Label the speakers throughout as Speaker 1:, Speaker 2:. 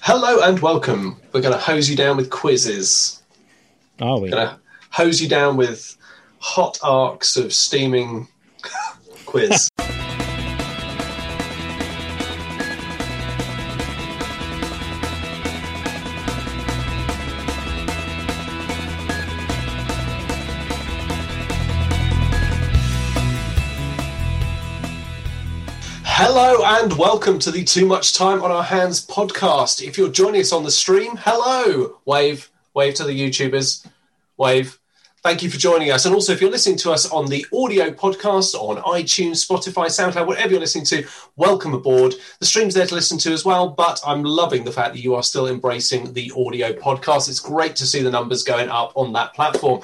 Speaker 1: Hello and welcome. We're going to hose you down with quizzes.
Speaker 2: Are we?
Speaker 1: We're going to hose you down with hot arcs of steaming quiz. Hello and welcome to the Too Much Time on Our Hands podcast. If you're joining us on the stream, hello. Wave, wave to the YouTubers. Wave. Thank you for joining us. And also, if you're listening to us on the audio podcast on iTunes, Spotify, SoundCloud, whatever you're listening to, welcome aboard. The stream's there to listen to as well, but I'm loving the fact that you are still embracing the audio podcast. It's great to see the numbers going up on that platform.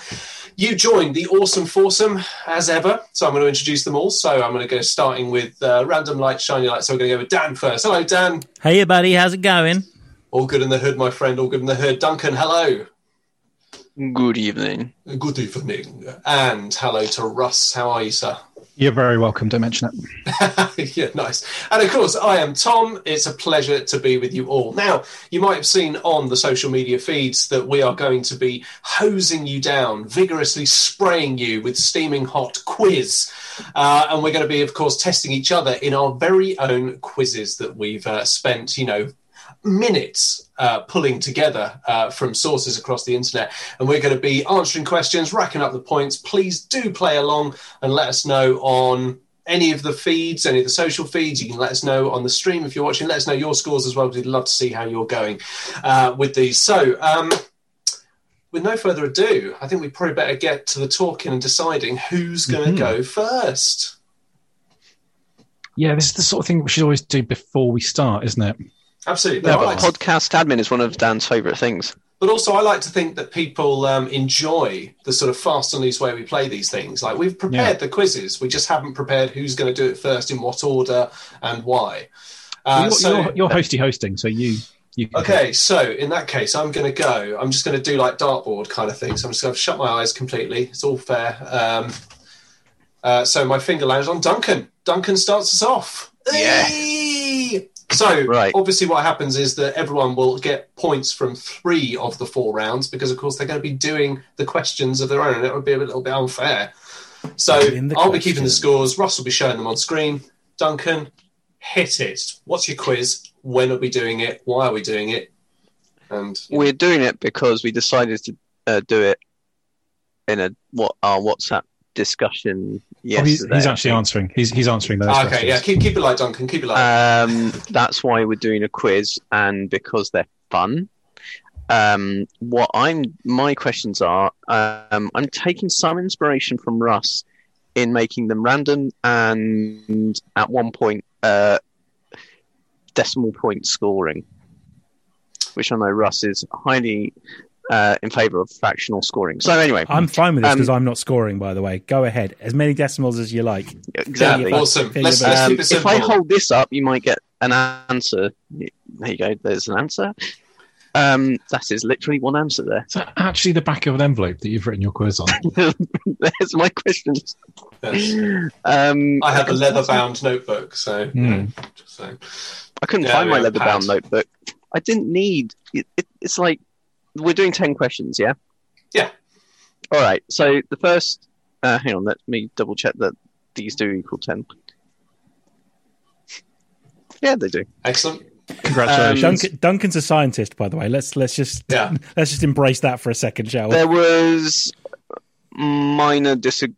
Speaker 1: You joined the awesome foursome as ever. So I'm going to introduce them all. So I'm going to go starting with uh, random light, shiny light. So we're going to go with Dan first. Hello, Dan.
Speaker 2: Hey, buddy, how's it going?
Speaker 1: All good in the hood, my friend. All good in the hood. Duncan, hello.
Speaker 3: Good evening.
Speaker 1: Good evening. And hello to Russ. How are you, sir?
Speaker 4: You're very welcome. Don't mention it.
Speaker 1: yeah, nice. And of course, I am Tom. It's a pleasure to be with you all. Now, you might have seen on the social media feeds that we are going to be hosing you down, vigorously spraying you with steaming hot quiz. Uh, and we're going to be, of course, testing each other in our very own quizzes that we've uh, spent, you know, minutes uh, pulling together uh, from sources across the internet. And we're going to be answering questions, racking up the points. Please do play along and let us know on any of the feeds, any of the social feeds. You can let us know on the stream if you're watching. Let us know your scores as well. 'cause We'd love to see how you're going uh, with these. So, um, with no further ado, I think we probably better get to the talking and deciding who's going to
Speaker 4: Mhm.
Speaker 1: go first.
Speaker 4: Yeah, this is the sort of thing we should always do before we start, isn't it?
Speaker 1: Absolutely.
Speaker 4: Yeah,
Speaker 1: I
Speaker 4: but
Speaker 1: like to
Speaker 3: Podcast admin is one of Dan's favourite things.
Speaker 1: but also I like to think that people um, enjoy the sort of fast and loose way we play these things. Like we've prepared the quizzes, we just haven't prepared who's going to do it first, in what order, and why. Uh,
Speaker 4: you're,
Speaker 1: so-
Speaker 4: you're, you're hosty hosting, so you you can
Speaker 1: Okay, so in that case, I'm going to go. I'm just going to do like dartboard kind of thing. So I'm just going to shut my eyes completely. It's all fair. Um, uh, so my finger lands on Duncan. Duncan starts us off.
Speaker 3: Yeah.
Speaker 1: Eeeeee! So
Speaker 3: Right.
Speaker 1: obviously, what happens is that everyone will get points from three of the four rounds because, of course, they're going to be doing the questions of their own, and it would be a little bit unfair. So I'll
Speaker 2: Doing the
Speaker 1: be keeping the
Speaker 2: questions.
Speaker 1: scores. Russ will be showing them on screen. Duncan, hit it. What's your quiz? When are we doing it? Why are we doing it? And
Speaker 3: We're doing it because we decided to uh, do it in a what our WhatsApp discussion
Speaker 4: Oh, he's,
Speaker 3: yesterday.
Speaker 4: he's actually answering. He's he's answering those.
Speaker 1: Ah, okay,
Speaker 4: questions.
Speaker 1: yeah, keep keep it light, Duncan. Keep it light.
Speaker 3: Um, that's why we're doing a quiz, and because they're fun. Um, what I'm my questions are, um, I'm taking some inspiration from Russ in making them random, and at one point, uh, decimal point scoring, which I know Russ is highly uh, in favour of fractional scoring. So anyway,
Speaker 2: I'm fine with this
Speaker 3: Um,
Speaker 2: because I'm not scoring, by the way. Go ahead. As many decimals as you like.
Speaker 3: exactly.
Speaker 2: Yeah,
Speaker 1: awesome.
Speaker 2: yeah,
Speaker 1: Let's,
Speaker 2: but-
Speaker 1: let's
Speaker 3: Um,
Speaker 1: keep it
Speaker 3: if
Speaker 1: simple.
Speaker 3: I hold this up, you might get an answer. There you go. There's an answer. Um, that is literally one answer there.
Speaker 4: Is that actually the back of an envelope that you've written your quiz on?
Speaker 1: Um,
Speaker 3: There's my questions.
Speaker 1: Yes.
Speaker 3: Um,
Speaker 1: I have a leather-bound notebook, so, you know,
Speaker 5: Hmm.
Speaker 1: just saying.
Speaker 3: I couldn't
Speaker 1: Yeah,
Speaker 3: find
Speaker 1: we
Speaker 3: my
Speaker 1: have
Speaker 3: leather bound
Speaker 1: pads.
Speaker 3: notebook. I didn't need it, it. It's like we're doing 10 questions, yeah?
Speaker 1: Yeah.
Speaker 3: All right. So the first, uh, hang on, let me double check that these do equal 10. Yeah, they do.
Speaker 1: excellent.
Speaker 3: Um,
Speaker 4: Congratulations.
Speaker 2: Duncan, Duncan's a scientist, by the way. Let's let's just
Speaker 1: Yeah.
Speaker 2: let's just embrace that for a second, shall we?
Speaker 3: There was minor disagreement.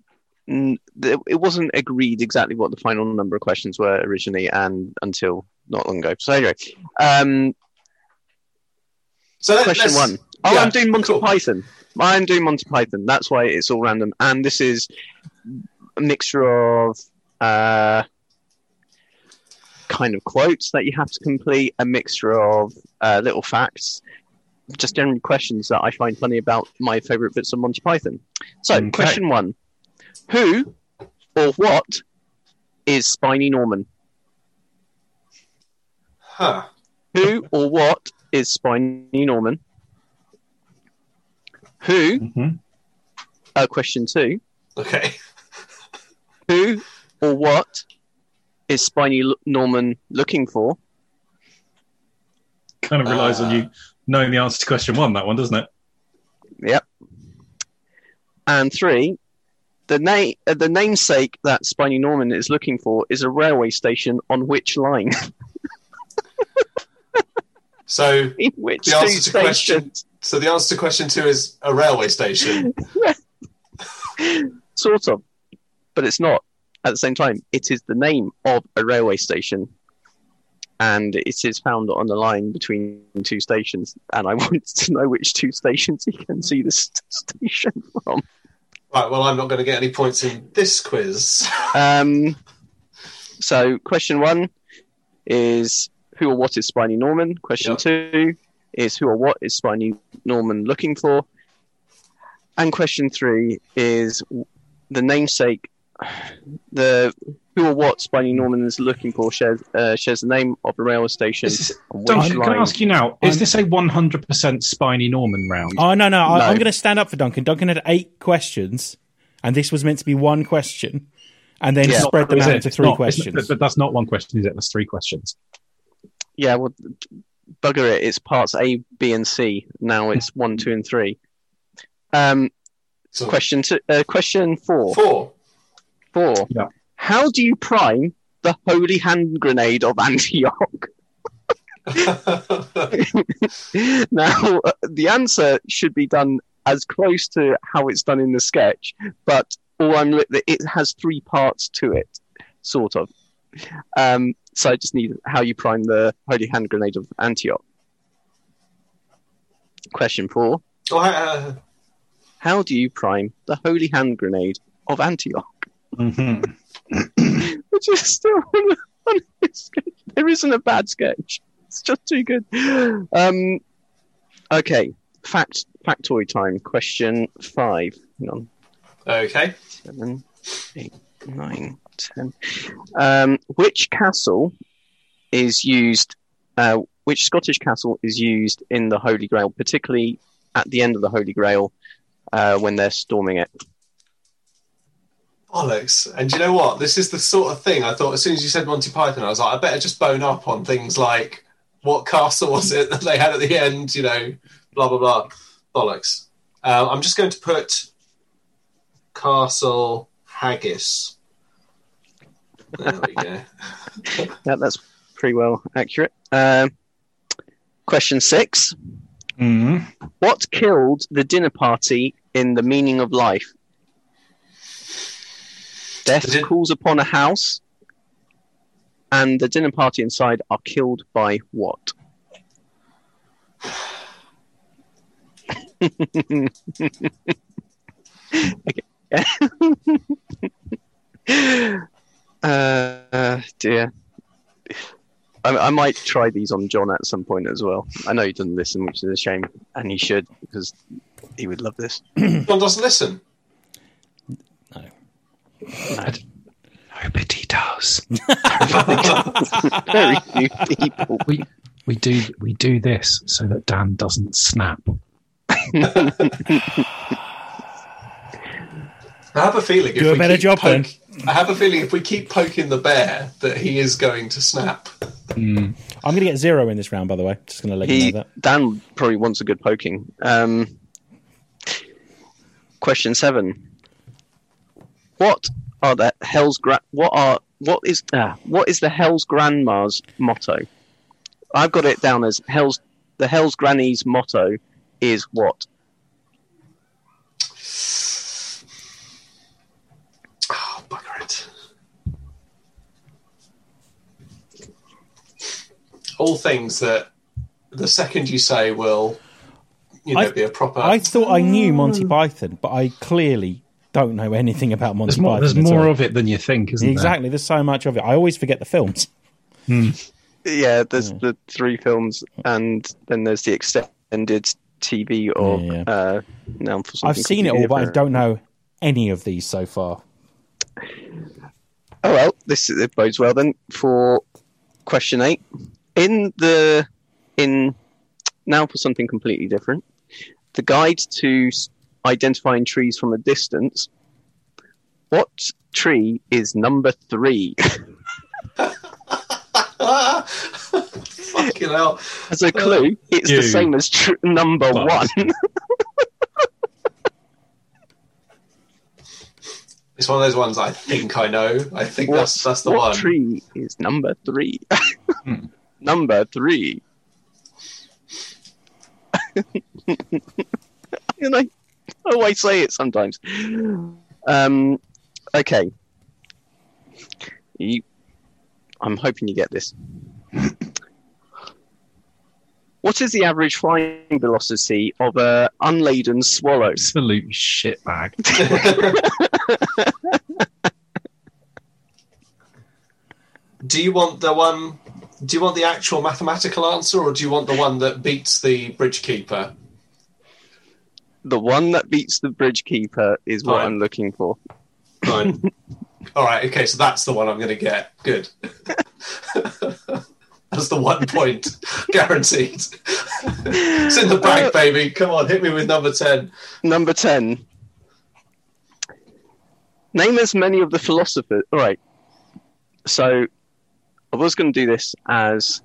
Speaker 3: It wasn't agreed exactly what the final number of questions were originally, and until not long ago. So anyway, um,
Speaker 1: So let,
Speaker 3: question
Speaker 1: let's-
Speaker 3: one. Oh,
Speaker 1: yeah,
Speaker 3: I'm doing Monty
Speaker 1: cool.
Speaker 3: Python. I'm doing Monty Python. That's why it's all random, and this is a mixture of uh, kind of quotes that you have to complete, a mixture of uh, little facts, just general questions that I find funny about my favourite bits of Monty Python. So,
Speaker 4: Okay.
Speaker 3: question one: Who or what is Spiny Norman?
Speaker 1: Huh.
Speaker 3: Who or what is Spiny Norman? Who
Speaker 1: mm-hmm.
Speaker 4: Mhm.
Speaker 3: Uh, question two:
Speaker 1: Okay.
Speaker 3: Who or what is Spiny L- Norman looking for?
Speaker 5: kind of relies on
Speaker 1: Ah.
Speaker 5: you knowing the answer to question one. That one doesn't it?
Speaker 3: And three, the name uh, the namesake that Spiny Norman is looking for is a railway station on which line?
Speaker 1: So,
Speaker 3: In which
Speaker 1: The
Speaker 3: two
Speaker 1: answer to question-
Speaker 3: stations?
Speaker 1: so the answer to question two is a railway station.
Speaker 3: Sort of, but it's not. At the same time, it is the name of a railway station, and it is found on the line between two stations. And I wanted to know which two stations you can see this station from.
Speaker 1: Right. Well, I'm not going to get any points in this quiz.
Speaker 3: Um, so, question one is who or what is Spiny Norman? Question
Speaker 1: Yep.
Speaker 3: two is who or what is Spiny Norman looking for? And question three is the namesake, the who or what Spiny Norman is looking for shares, uh, shares the name of the railway station.
Speaker 4: Is this,
Speaker 3: on
Speaker 4: Duncan,
Speaker 3: which
Speaker 4: can I
Speaker 3: line-
Speaker 4: ask you now? Is
Speaker 2: I'm-
Speaker 4: this a 100% Spiny Norman round?
Speaker 2: Oh no, no, I,
Speaker 3: No.
Speaker 2: I'm going to stand up for Duncan. Duncan had eight questions, and this was meant to be one question, and then
Speaker 3: Yeah.
Speaker 2: spread them
Speaker 4: Is
Speaker 2: out
Speaker 4: it?
Speaker 2: into
Speaker 4: It's
Speaker 2: three
Speaker 4: not- isn't it?
Speaker 2: questions.
Speaker 4: But that's not one question, is it? That's three questions.
Speaker 3: Yeah, well, bugger it. It's parts A, B, and C. Now it's one, two, and three. Um,
Speaker 1: So,
Speaker 3: question two, uh, question four.
Speaker 1: four.
Speaker 3: Four.
Speaker 4: Yeah.
Speaker 3: How do you prime the holy hand grenade of Antioch? now, uh, the answer should be done as close to how it's done in the sketch, but all I'm li- it has three parts to it, sort of. Um, so I just need how you prime the holy hand grenade of Antioch. Question four.
Speaker 1: Oh, uh,
Speaker 3: How do you prime the holy hand grenade of Antioch?
Speaker 5: Mm-hmm.
Speaker 3: which is still on, on his sketch. There isn't a bad sketch. It's just too good. Um, okay, fact factoid time. Question five. Hang on,
Speaker 1: okay.
Speaker 3: seven, eight, nine, ten. Um, which castle is used? Uh, which Scottish castle is used in the Holy Grail, particularly at the end of the Holy Grail uh, when they're storming it?
Speaker 1: Bollocks. And you know what? This is the sort of thing I thought as soon as you said Monty Python, I was like, I better just bone up on things like what castle was it that they had at the end, you know, blah, blah, blah. Bollocks. Um, I'm just going to put Castle Haggis. There we go.
Speaker 3: Yeah, that's pretty well accurate. Um, question six.
Speaker 5: hmm
Speaker 1: Mm-hmm.
Speaker 3: What killed the dinner party in The Meaning of Life? Death
Speaker 1: Is it-
Speaker 3: calls upon a house, and the dinner party inside are killed by what? Okay. uh, dear. I, I might try these on John at some point as well. I know he doesn't listen, which is a shame, and he should because he would love this.
Speaker 1: John doesn't listen.
Speaker 4: Nobody does.
Speaker 3: Very few people.
Speaker 4: We, we, do, we do this so that Dan doesn't snap.
Speaker 1: I have a feeling.
Speaker 2: Do
Speaker 1: if
Speaker 2: a
Speaker 1: we
Speaker 2: better
Speaker 1: keep
Speaker 2: job,
Speaker 1: poke-
Speaker 2: then.
Speaker 1: I have a feeling if we keep poking the bear, that he is going to snap.
Speaker 2: I'm going to get zero in this round, by the way. Just going to let you
Speaker 3: He,
Speaker 2: know that.
Speaker 3: Dan probably wants a good poking. Um, question seven: What are the Hell's Gra- What are what is uh, what is the Hell's Grandma's motto? I've got it down as Hell's the Hell's Granny's motto is what?
Speaker 1: Oh, bugger it. All things that the second you say will, you know,
Speaker 2: I-
Speaker 1: be a proper.
Speaker 2: I thought I knew
Speaker 4: Oh.
Speaker 2: Monty Python, but I clearly don't know anything about Monty
Speaker 4: There's more,
Speaker 2: Python.
Speaker 4: there's
Speaker 2: at
Speaker 4: more
Speaker 2: all.
Speaker 4: of it than you think, isn't
Speaker 2: exactly. There's so much of it. I always forget the films.
Speaker 3: Yeah, there's the three films, and then there's the extended TV or
Speaker 2: Yeah, yeah.
Speaker 3: Uh, noun for something.
Speaker 2: I've seen it all, but I
Speaker 3: different.
Speaker 2: don't know any of these so far.
Speaker 3: Oh well, this it bodes well then for question eight. In the in now for something completely different, the guide to s- identifying trees from a distance. What tree is number three?
Speaker 1: Ah, Fucking hell.
Speaker 3: As a clue, it's
Speaker 5: you-
Speaker 3: the same as tr- number
Speaker 5: Well,
Speaker 3: one.
Speaker 1: It's one of those ones I think I know. I think
Speaker 3: What-
Speaker 1: that's that's the
Speaker 3: what
Speaker 1: one.
Speaker 3: tree is number three?
Speaker 5: Hmm.
Speaker 3: number three. and I always say it sometimes. Um, okay. You, I'm hoping you get this. What is the average flying velocity of a unladen swallow?
Speaker 4: Absolute shitbag.
Speaker 1: do you want the one? Do you want the actual mathematical answer, or do you want the one that beats the bridge keeper?
Speaker 3: The one that beats the bridge keeper is what
Speaker 1: Right.
Speaker 3: I'm looking for.
Speaker 1: Fine. All right. Okay. So that's the one I'm going to get. Good. that's the one point guaranteed. it's in the bag,
Speaker 3: Oh. Uh,
Speaker 1: baby. Come on, hit me with number ten.
Speaker 3: Number 10. Name as many of the philosophers. All right. So I was going to do this as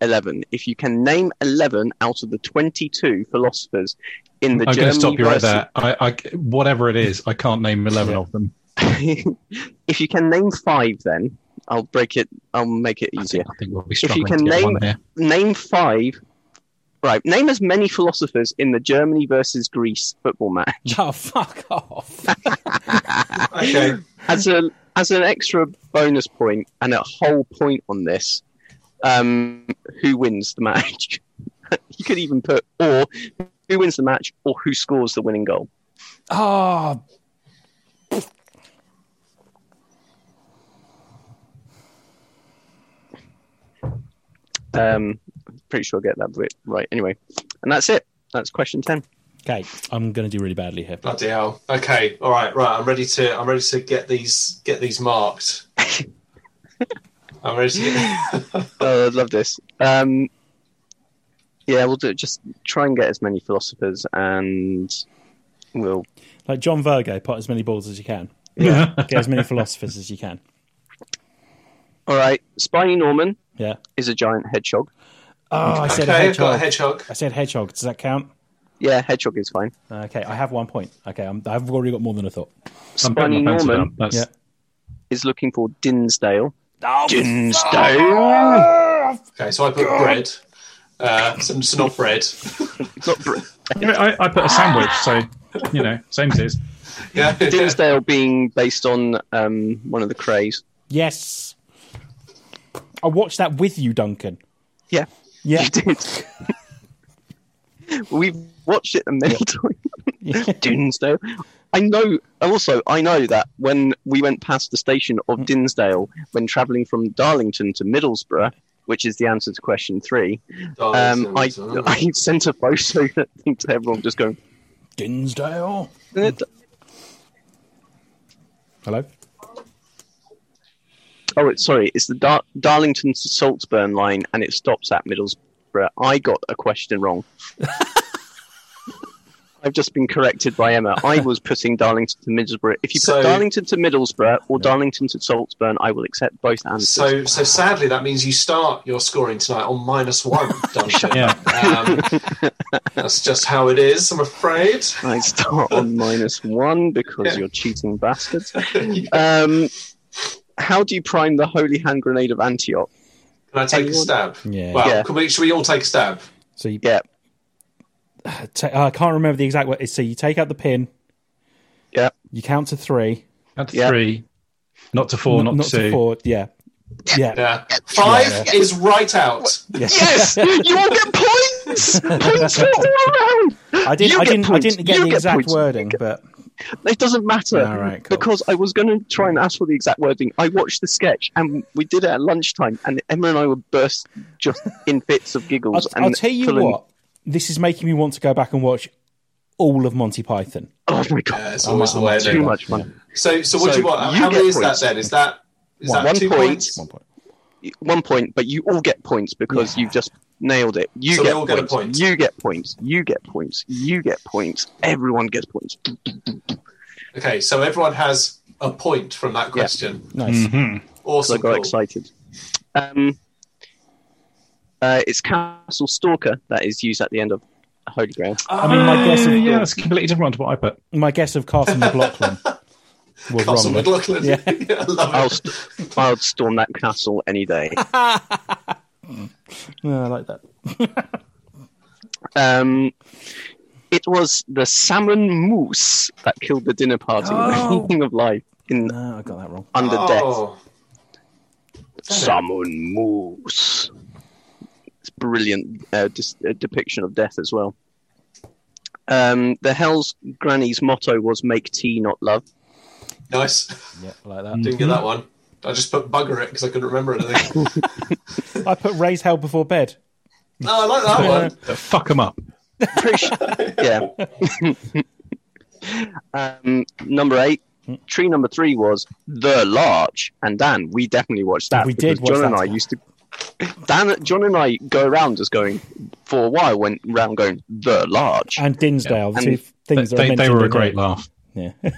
Speaker 3: 11. If you can name 11 out of the 22 philosophers in the
Speaker 5: I'm going
Speaker 3: Germany
Speaker 5: to stop you right
Speaker 3: versus-
Speaker 5: there. I, I, whatever it is, I can't name 11 of them.
Speaker 3: if you can name five, then I'll break it. I'll make it
Speaker 4: I
Speaker 3: easier.
Speaker 4: think, I think we'll be
Speaker 3: you
Speaker 4: struggling
Speaker 3: can
Speaker 4: to get
Speaker 3: name-
Speaker 4: one here.
Speaker 3: Name five. Right. Name as many philosophers in the Germany versus Greece football match.
Speaker 2: Oh, fuck off.
Speaker 1: Okay.
Speaker 3: as a as an extra bonus point and a whole point on this, um, who wins the match? you could even put or who wins the match or who scores the winning goal.
Speaker 2: Oh.
Speaker 3: Um, pretty sure I get that bit right. Anyway, and that's it. That's question ten.
Speaker 2: Okay, I'm going to do really badly here.
Speaker 1: Bloody hell. Okay. All right. Right. I'm ready to. I'm ready to get these. Get these marked. I'm ready to. Get...
Speaker 3: Oh, I love this. Um, yeah, we'll do. Just try and get as many philosophers, and we'll.
Speaker 2: Like John Virgo, pot as many balls as you can.
Speaker 5: Yeah.
Speaker 2: Get as many philosophers as you can.
Speaker 3: All right, Spiny Norman
Speaker 2: Yeah.
Speaker 3: is a giant hedgehog.
Speaker 2: Oh, I said
Speaker 1: okay. I've got a
Speaker 2: hedgehog.
Speaker 1: hedgehog.
Speaker 2: I said hedgehog. Does that count?
Speaker 3: Yeah, hedgehog is fine.
Speaker 2: Okay, I have one point. Okay, I'm, I've already got more than I thought.
Speaker 5: I'm putting
Speaker 3: Spiny
Speaker 5: my pencil
Speaker 3: Norman
Speaker 5: down. That's,
Speaker 2: Yeah.
Speaker 3: is looking for Dinsdale.
Speaker 5: Dinsdale.
Speaker 1: Okay. So I put bread. Uh, some so not bread.
Speaker 3: Not Br-
Speaker 5: I, I put a sandwich, so you know, same as.
Speaker 1: Yeah.
Speaker 3: Dinsdale being based on um, one of the Crays.
Speaker 2: Yes. I watched that with you, Duncan.
Speaker 3: Yeah,
Speaker 2: Yeah.
Speaker 3: you did. We've watched it a many times. Dinsdale. I know. Also, I know that when we went past the station of Dinsdale when travelling from Darlington to Middlesbrough, which is the answer to question three,
Speaker 1: Oh,
Speaker 3: um, I, I sent a photo that to everyone just going.
Speaker 2: Dinsdale.
Speaker 3: "Eh,
Speaker 2: Hello?
Speaker 3: Oh, it's, sorry, it's the Dar- Darlington to Saltburn line, and it stops at Middlesbrough. I got a question wrong. I've just been corrected by Emma. I was putting Darlington to Middlesbrough. If you put
Speaker 1: So-
Speaker 3: Darlington to Middlesbrough or Darlington to Saltburn, I will accept both answers.
Speaker 1: So, so sadly, that means you start your scoring tonight on minus one, Duncan.
Speaker 5: Yeah.
Speaker 1: um, that's just how it is, I'm afraid.
Speaker 3: I start on minus one because
Speaker 1: Yeah.
Speaker 3: you're cheating bastards. Um, how do you prime the holy hand grenade of Antioch?
Speaker 1: Can I take a
Speaker 3: Anyone?
Speaker 1: stab?
Speaker 2: Yeah.
Speaker 1: Well,
Speaker 3: Yeah.
Speaker 1: can we, should we all take a stab?
Speaker 2: So you,
Speaker 3: Yeah,
Speaker 2: ta- oh, I can't remember the exact word. So you take out the pin.
Speaker 3: Yeah.
Speaker 2: You count to three.
Speaker 5: Add to
Speaker 3: Yeah.
Speaker 5: three, not to four,
Speaker 2: N-
Speaker 5: not, to two.
Speaker 2: four. Yeah. Yeah.
Speaker 1: Yeah. Five
Speaker 2: Yeah.
Speaker 1: is right out.
Speaker 3: Yes, you all get points. Points for all around.
Speaker 2: I didn't.
Speaker 3: You
Speaker 2: I
Speaker 3: get
Speaker 2: didn't. I
Speaker 3: points.
Speaker 2: didn't get
Speaker 3: You
Speaker 2: the
Speaker 3: get
Speaker 2: exact
Speaker 3: points.
Speaker 2: wording, but
Speaker 3: It doesn't matter
Speaker 2: All right, cool.
Speaker 3: because I was going to try and ask for the exact wording. I watched the sketch and we did it at lunchtime, and Emma and I were burst just in fits of
Speaker 2: I'll,
Speaker 3: giggles. and
Speaker 2: I'll tell you
Speaker 3: full and-
Speaker 2: what. This is making me want to go back and watch all of Monty Python.
Speaker 3: Oh my god,
Speaker 1: Yeah, it's always the way it
Speaker 3: too
Speaker 1: is.
Speaker 3: much fun.
Speaker 1: So, so what
Speaker 3: So
Speaker 1: do you want?
Speaker 3: you
Speaker 1: How
Speaker 3: get
Speaker 1: many is that
Speaker 3: points.
Speaker 1: then? Is that is that
Speaker 2: One.
Speaker 3: One
Speaker 1: two
Speaker 3: point.
Speaker 1: points?
Speaker 2: One point.
Speaker 3: One point, but you all get points because you've just nailed it. You
Speaker 1: So we
Speaker 3: get,
Speaker 1: all get a point.
Speaker 3: points. You get points. You get points. You get points. Everyone gets points.
Speaker 1: Okay, so everyone has a point from that question.
Speaker 2: Nice.
Speaker 5: Mhm.
Speaker 1: Awesome.
Speaker 3: I got
Speaker 1: cool.
Speaker 3: excited. Um, Uh, it's Castle Stalker that is used at the end of Holy Grail.
Speaker 1: I
Speaker 4: I mean, my guess
Speaker 3: Ah,
Speaker 2: Uh,
Speaker 4: is
Speaker 2: yeah,
Speaker 4: yeah, it's completely different to what I put.
Speaker 2: My guess of Carson McLaughlin
Speaker 1: Castle
Speaker 2: was wrong. then.
Speaker 1: McLaughlin. Yeah.
Speaker 2: Yeah.
Speaker 1: I love
Speaker 3: I'll,
Speaker 1: it.
Speaker 3: st- I'll storm that castle any day.
Speaker 2: Yeah, I like that.
Speaker 3: Um, it was the salmon moose that killed the dinner party in the meaning of life in
Speaker 2: No, I got that wrong.
Speaker 3: under death.
Speaker 1: Oh,
Speaker 3: Salmon moose. It's brilliant uh, dis- uh, depiction of death as well. Um, the Hell's Granny's motto was "Make tea, not love."
Speaker 1: nice.
Speaker 2: Yeah, I like
Speaker 1: Didn't
Speaker 2: that.
Speaker 1: get that one. I just put bugger it because I couldn't remember anything.
Speaker 2: I put raise hell before bed.
Speaker 1: no, I like that one.
Speaker 4: But fuck them up.
Speaker 3: yeah. um, number eight. Tree number three was the larch, and Dan, we definitely watched that.
Speaker 2: We did
Speaker 3: because
Speaker 2: watch
Speaker 3: John and
Speaker 2: that
Speaker 3: I
Speaker 2: together.
Speaker 3: used to. Dan, John and I go around just going for a while. Went round going the larch.
Speaker 2: And Dinsdale, the
Speaker 3: And
Speaker 2: two
Speaker 4: They,
Speaker 2: things that are
Speaker 4: they,
Speaker 2: mentioned.
Speaker 4: they were a
Speaker 2: in
Speaker 4: great laugh.
Speaker 2: there. Yeah.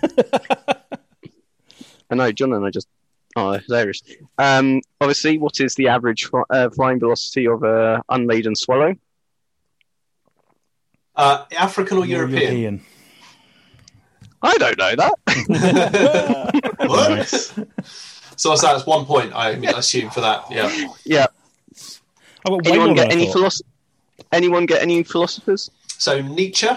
Speaker 3: I know John and I just oh hilarious. Um, obviously, what is the average fl- uh, flying velocity of a unladen swallow?
Speaker 1: Uh, African or
Speaker 2: You're
Speaker 1: European?
Speaker 2: European.
Speaker 3: I don't know that.
Speaker 1: What? So what's that? It's one point. I mean, I assume for that. Yeah.
Speaker 3: yeah.
Speaker 2: I got way
Speaker 3: Anyone
Speaker 2: more
Speaker 3: get
Speaker 2: than I
Speaker 3: any
Speaker 2: thought.
Speaker 3: philosoph- Anyone get any philosophers?
Speaker 1: So Nietzsche. uh,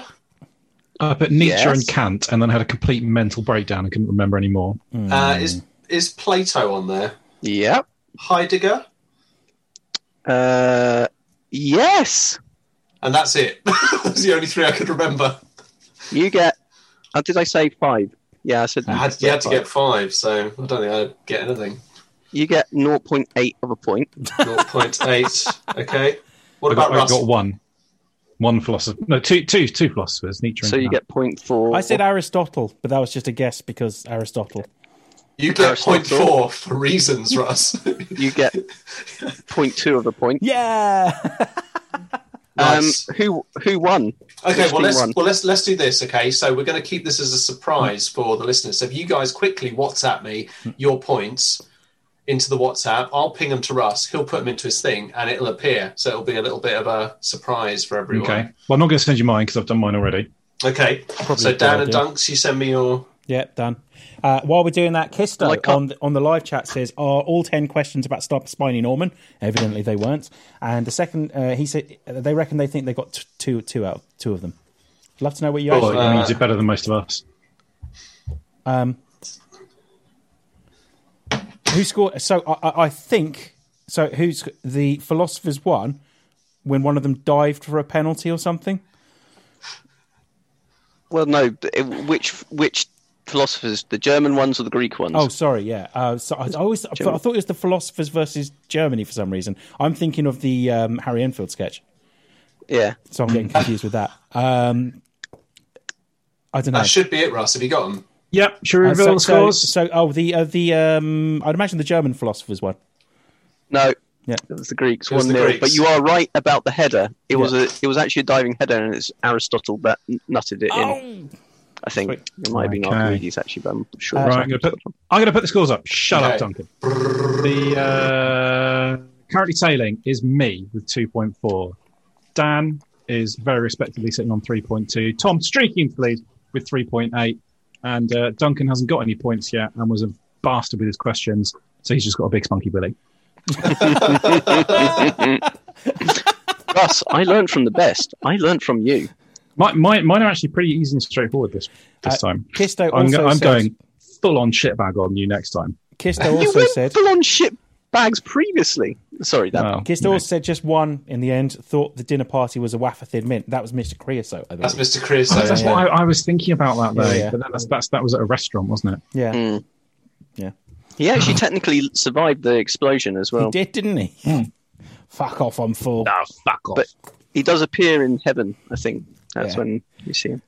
Speaker 4: I put Nietzsche
Speaker 3: Yes.
Speaker 4: and Kant, and then had a complete mental breakdown. I couldn't remember anymore.
Speaker 2: Hmm.
Speaker 1: Uh, is is Plato on there?
Speaker 3: Yeah.
Speaker 1: Heidegger.
Speaker 3: Uh, yes,
Speaker 1: And that's it. that's the only three I could remember.
Speaker 3: you get. Oh, did I say five? Yeah, I said
Speaker 1: I had, you had to get five, so I don't think I'd get anything.
Speaker 3: You get 0.8 of a point.
Speaker 1: 0.8. Okay. What
Speaker 4: I
Speaker 1: about
Speaker 4: got, I
Speaker 1: Russ?
Speaker 4: got one, one philosopher. No, two, two, two philosophers. Nietzsche.
Speaker 3: So
Speaker 4: and
Speaker 3: you
Speaker 4: Kant.
Speaker 3: get 0.4.
Speaker 2: I said Aristotle, but that was just a guess because Aristotle.
Speaker 1: You get
Speaker 3: Aristotle.
Speaker 1: 0.4 for reasons, Russ.
Speaker 3: you get 0.2 of a point.
Speaker 2: Yeah.
Speaker 1: Nice.
Speaker 3: Um, who who won?
Speaker 1: Okay, well
Speaker 3: Team
Speaker 1: let's
Speaker 3: one.
Speaker 1: well let's let's do this. Okay, so we're going to keep this as a surprise for the listeners. So if you guys quickly WhatsApp me your points into the WhatsApp, I'll ping them to Russ. He'll put them into his thing, and it'll appear. So it'll be a little bit of a surprise for everyone.
Speaker 4: Okay. Well, I'm not going to send you mine because I've done mine already.
Speaker 1: Okay.
Speaker 2: a
Speaker 1: so
Speaker 2: good
Speaker 1: Dan and
Speaker 2: idea.
Speaker 1: Dunks, you send me your.
Speaker 2: yeah, done. Uh, while we're doing that, Kisto
Speaker 3: Like, uh,
Speaker 2: on the, on the live chat says, "Are all ten questions about Sp- Spiny Norman?" Evidently, they weren't. And the second, uh, he said, they reckon they think they got t- two two out two of them. Love to know what you
Speaker 3: Oh,
Speaker 4: Well,
Speaker 2: actually.
Speaker 4: I mean, you
Speaker 1: uh,
Speaker 4: did better than most of us.
Speaker 2: Um, who scored? So I, I- I think so. Who's the philosophers won when one of them dived for a penalty or something?
Speaker 3: Well, no. but it- Which which philosophers? The German ones or the Greek ones?
Speaker 2: Oh, sorry, yeah. Uh, so I I always I thought I thought it was the philosophers versus Germany for some reason. I'm thinking of the um, Harry Enfield sketch,
Speaker 3: yeah.
Speaker 2: so I'm getting confused with that. Um, I don't know.
Speaker 1: That should be it, Russ. Have you got them?
Speaker 4: Yep. Should we
Speaker 2: Uh,
Speaker 4: reveal
Speaker 2: so,
Speaker 4: the
Speaker 2: so,
Speaker 4: scores?
Speaker 2: so, oh, the uh, the um, I'd imagine the German philosophers won.
Speaker 3: No.
Speaker 2: Yeah.
Speaker 3: It was the Greeks
Speaker 1: was
Speaker 3: one
Speaker 1: the
Speaker 3: 0
Speaker 1: Greeks.
Speaker 3: But you are right about the header. It was
Speaker 2: Yeah.
Speaker 3: a it was actually a diving header, and it's Aristotle that n- nutted it
Speaker 2: Oh.
Speaker 3: in. I think
Speaker 2: Sweet.
Speaker 3: it might have been
Speaker 4: Okay.
Speaker 3: Archimedes actually, but I'm sure.
Speaker 4: Right, I'm going to put I'm going to put the scores up. Shut
Speaker 1: Okay.
Speaker 4: up, Duncan. The uh, currently tailing is me with 2.4. Dan is very respectably sitting on 3.2. Tom streaking to the lead with 3.8, and uh, Duncan hasn't got any points yet and was a bastard with his questions, so he's just got a big spunky billy.
Speaker 3: Russ, I learned from the best. I learned from you.
Speaker 4: My, my, mine are actually pretty easy and straightforward this this
Speaker 2: Uh,
Speaker 4: time.
Speaker 2: Kisto
Speaker 4: I'm,
Speaker 2: also
Speaker 4: go- I'm
Speaker 2: said,
Speaker 4: going full on shitbag on you next time.
Speaker 2: Kisto
Speaker 3: you
Speaker 2: also
Speaker 3: went
Speaker 2: said
Speaker 3: full on shit bags previously. Sorry, Dan.
Speaker 4: Well,
Speaker 2: Gisto
Speaker 4: you know.
Speaker 2: also said just one in the end thought the dinner party was a wafer thin mint. That was Mr. Creosote, I
Speaker 1: That's
Speaker 2: believe.
Speaker 1: Mr. Chris.
Speaker 4: That's, that's
Speaker 2: yeah.
Speaker 4: what I, I was thinking about that though,
Speaker 2: Yeah, yeah.
Speaker 4: but that, that's, that's that was at a restaurant, wasn't it?
Speaker 2: yeah,
Speaker 3: Mm.
Speaker 2: Yeah.
Speaker 3: He actually technically survived the explosion as well.
Speaker 2: he did, didn't he?
Speaker 3: Hmm.
Speaker 2: Fuck off, I'm full.
Speaker 4: fuck off.
Speaker 3: But he does appear in heaven, I think. That's
Speaker 2: Yeah.
Speaker 3: when you see him.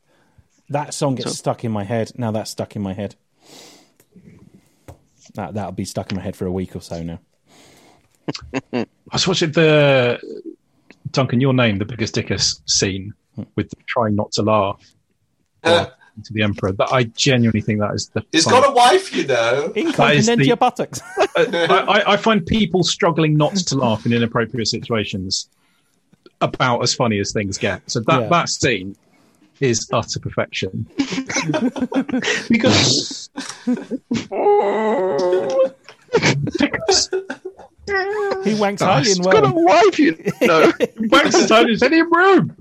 Speaker 2: That song gets stuck in my head. Now that's stuck in my head. That that'll be stuck in my head for a week or so now.
Speaker 4: I was watching the
Speaker 2: Hmm.
Speaker 4: Duncan, your name, the biggest dickus scene with the trying not to laugh.
Speaker 1: Uh,
Speaker 5: talking to the emperor. That I genuinely think that is the.
Speaker 1: He's
Speaker 5: fun-
Speaker 1: got a wife, you know.
Speaker 5: is
Speaker 2: Incontinent
Speaker 5: the-
Speaker 2: your buttocks.
Speaker 5: I, I- I find people struggling not to laugh in inappropriate situations about as funny as things get. So that
Speaker 2: Yeah.
Speaker 5: that scene is utter perfection because because
Speaker 2: he wanks highly
Speaker 5: Nice.
Speaker 2: and
Speaker 3: Got a
Speaker 2: well.
Speaker 3: wife, you know.
Speaker 5: Waxstone is in your room.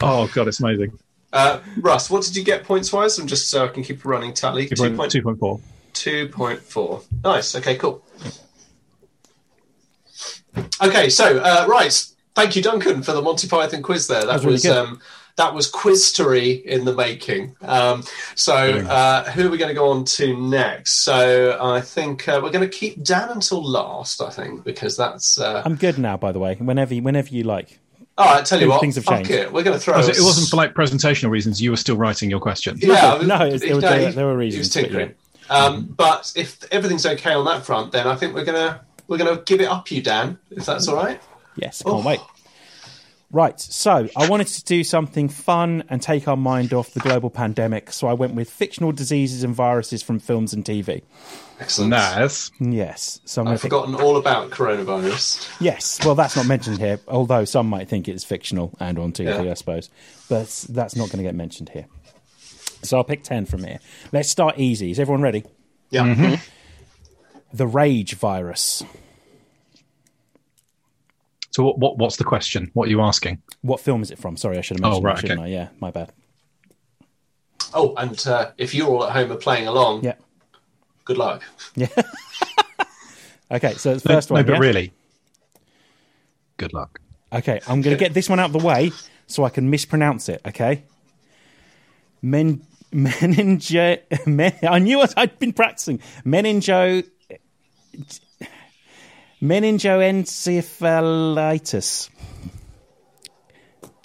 Speaker 5: Oh god, it's amazing.
Speaker 1: Uh, Russ, what did you get points wise? I'm just so I can keep a running tally.
Speaker 5: Two point two point four.
Speaker 1: 2.4. Nice. Okay, cool. Okay, so uh, right. Thank you, Duncan, for the Monty Python quiz there. That,
Speaker 2: was really
Speaker 1: was,
Speaker 2: good.
Speaker 1: um, that was quiztery in the making. Um, so, uh, who are we going to go on to next? So, I think uh, we're going to keep Dan until last. I think because that's. Uh,
Speaker 2: I'm good now, by the way. Whenever, you- whenever you like.
Speaker 1: all right, I tell you
Speaker 2: Things-
Speaker 1: what.
Speaker 2: things have
Speaker 1: fuck
Speaker 2: changed.
Speaker 1: it. We're going to throw.
Speaker 5: Oh, so it
Speaker 1: a-
Speaker 5: wasn't for like presentational reasons. You were still writing your question.
Speaker 1: Yeah,
Speaker 2: No,
Speaker 1: I mean,
Speaker 2: it's- there were- there were- there were
Speaker 1: he- he was
Speaker 2: reasons, but Mm-hmm.
Speaker 1: tinkering. Um, but if everything's okay on that front, then I think we're gonna we're gonna give it up you, Dan, if that's all right.
Speaker 2: Yes, I can't wait. Right, so I wanted to do something fun and take our mind off the global pandemic, so I went with fictional diseases and viruses from films and TV.
Speaker 1: Excellent.
Speaker 5: Nice.
Speaker 2: Yes, so I'm gonna
Speaker 1: I've
Speaker 2: pick-
Speaker 1: forgotten all about coronavirus.
Speaker 2: Yes, well, that's not mentioned here, although some might think it's fictional and on TV,
Speaker 1: Yeah.
Speaker 2: I suppose. But that's not going to get mentioned here. So I'll pick 10 from here. Let's start easy. Is everyone ready?
Speaker 1: Yeah.
Speaker 2: Mm-hmm. The rage virus.
Speaker 5: So what, what what's the question? What are you asking?
Speaker 2: What film is it from? Sorry, I should have
Speaker 5: Oh,
Speaker 2: mentioned
Speaker 5: right,
Speaker 2: that, shouldn't
Speaker 5: okay.
Speaker 2: I? Yeah, my bad.
Speaker 1: Oh, and uh, if you're all at home are playing along,
Speaker 2: Yeah.
Speaker 1: good luck.
Speaker 2: Okay, so the
Speaker 5: No-
Speaker 2: first
Speaker 5: no,
Speaker 2: one.
Speaker 5: but
Speaker 2: yeah?
Speaker 5: really, good luck.
Speaker 2: Okay, I'm going to get this one out of the way so I can mispronounce it, okay? Men, meninge, men, I knew what I'd been practicing. Meningo, meningoencephalitis.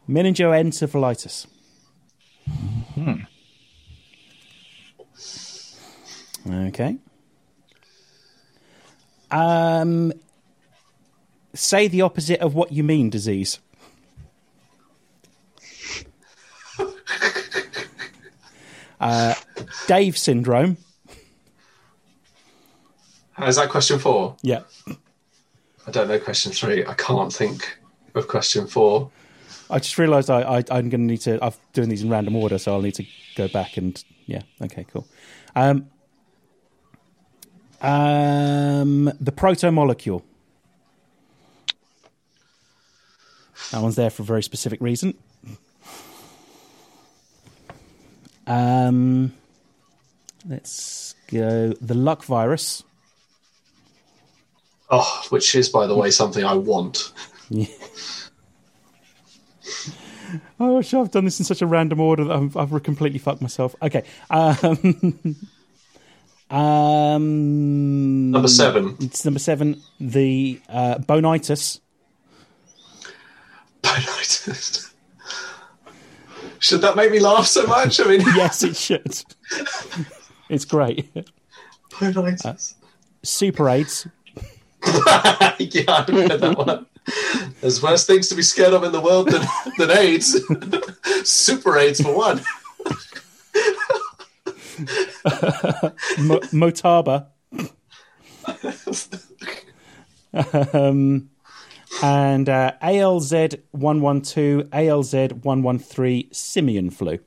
Speaker 2: Meningoencephalitis. Okay. Um, say the opposite of what you mean disease. uh, Dave syndrome.
Speaker 1: Is that question four?
Speaker 2: Yeah.
Speaker 1: I don't know. Question three. I can't think of question four.
Speaker 2: I just realised I, I I'm going to need to. I'm doing these in random order, so I'll need to go back and yeah. Okay, cool. Um, um, the proto molecule. That one's there for a very specific reason. Um, let's go the luck virus.
Speaker 1: Oh, which is, by the way, something I want.
Speaker 2: I wish Oh, I've done this in such a random order that I've, I've completely fucked myself. Okay. Um, um,
Speaker 1: Number seven.
Speaker 2: It's number seven. The uh, bonitis.
Speaker 1: Bonitis. Should that make me laugh so much? I mean,
Speaker 2: Yes, it should. it's great.
Speaker 1: bonitis.
Speaker 2: Super AIDS.
Speaker 1: yeah, I remember that one. There's worse things to be scared of in the world than, than AIDS. Super AIDS for one.
Speaker 2: Mo- motaba. um, and uh, ALZ one one two, ALZ one one three, simian flu.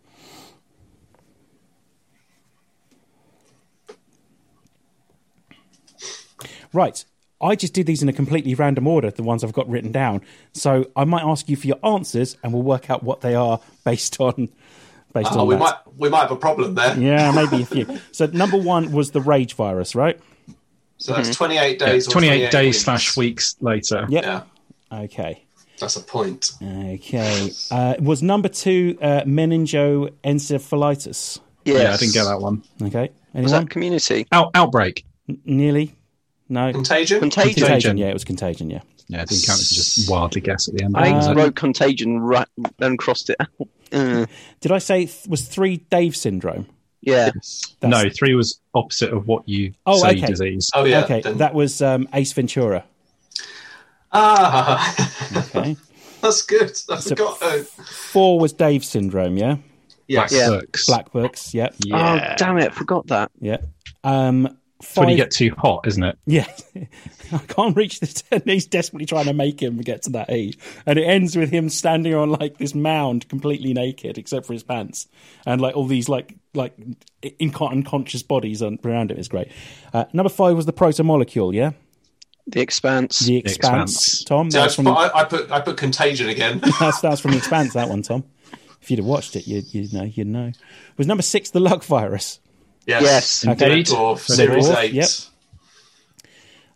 Speaker 2: Right, I just did these in a completely random order, the ones I've got written down. So I might ask you for your answers, and we'll work out what they are based on. Based
Speaker 1: Oh,
Speaker 2: on
Speaker 1: we
Speaker 2: that.
Speaker 1: might we might have a problem there.
Speaker 2: Yeah, maybe a few. So number one was the rage virus, right?
Speaker 1: So that's 28 days. or
Speaker 5: 28, days
Speaker 1: weeks.
Speaker 5: slash weeks later.
Speaker 2: Yep.
Speaker 1: Yeah,
Speaker 2: Okay.
Speaker 1: that's a point.
Speaker 2: Okay. Uh, was number two uh, meningoencephalitis?
Speaker 3: Yes.
Speaker 5: Yeah, I didn't get that one.
Speaker 3: Was
Speaker 2: Okay. Anyone?
Speaker 3: that community?
Speaker 5: Out, outbreak.
Speaker 2: Nearly. No.
Speaker 1: Contagion.
Speaker 3: Contagion.
Speaker 2: Contagion. Yeah, it was contagion. Yeah.
Speaker 5: Yeah, I didn't count. It's just wildly guess at the end.
Speaker 2: Uh,
Speaker 3: I
Speaker 5: Was it?
Speaker 3: wrote contagion right and crossed it out. Uh,
Speaker 2: Did I say th- was three Dave syndrome?
Speaker 3: yeah.
Speaker 2: That's-
Speaker 5: no, three was opposite of what you
Speaker 2: Oh,
Speaker 5: say
Speaker 2: okay.
Speaker 5: disease.
Speaker 1: Oh yeah.
Speaker 2: okay,
Speaker 1: then-
Speaker 2: that was um, Ace Ventura.
Speaker 1: Ah,
Speaker 2: Okay.
Speaker 1: that's uh, good. I forgot.
Speaker 2: Four was Dave syndrome. Yeah.
Speaker 4: Black
Speaker 3: Yeah.
Speaker 4: Books.
Speaker 2: Black books. Yep.
Speaker 3: Oh, damn it! Forgot that.
Speaker 2: Yep. Um,
Speaker 4: It's when you
Speaker 2: five-
Speaker 4: get too hot, isn't it?
Speaker 2: Yeah, I can't reach this. And he's desperately trying to make him get to that age, and it ends with him standing on like this mound, completely naked except for his pants, and like all these like like inco- unconscious bodies un- around him is great. Uh, number five was the protomolecule. Yeah,
Speaker 3: The Expanse.
Speaker 2: the
Speaker 4: Expanse.
Speaker 2: expanse. Tom,
Speaker 1: So
Speaker 2: that's from
Speaker 1: I, I put I put Contagion again.
Speaker 2: that's, that's from the expanse. That one, Tom. If you'd have watched it, you'd, you'd know. You'd know. Was number six the luck virus?
Speaker 1: yes,
Speaker 3: Yes.
Speaker 1: Red
Speaker 4: Indeed.
Speaker 1: Dwarf, Series
Speaker 2: Dwarf,
Speaker 1: Eight.
Speaker 2: yep.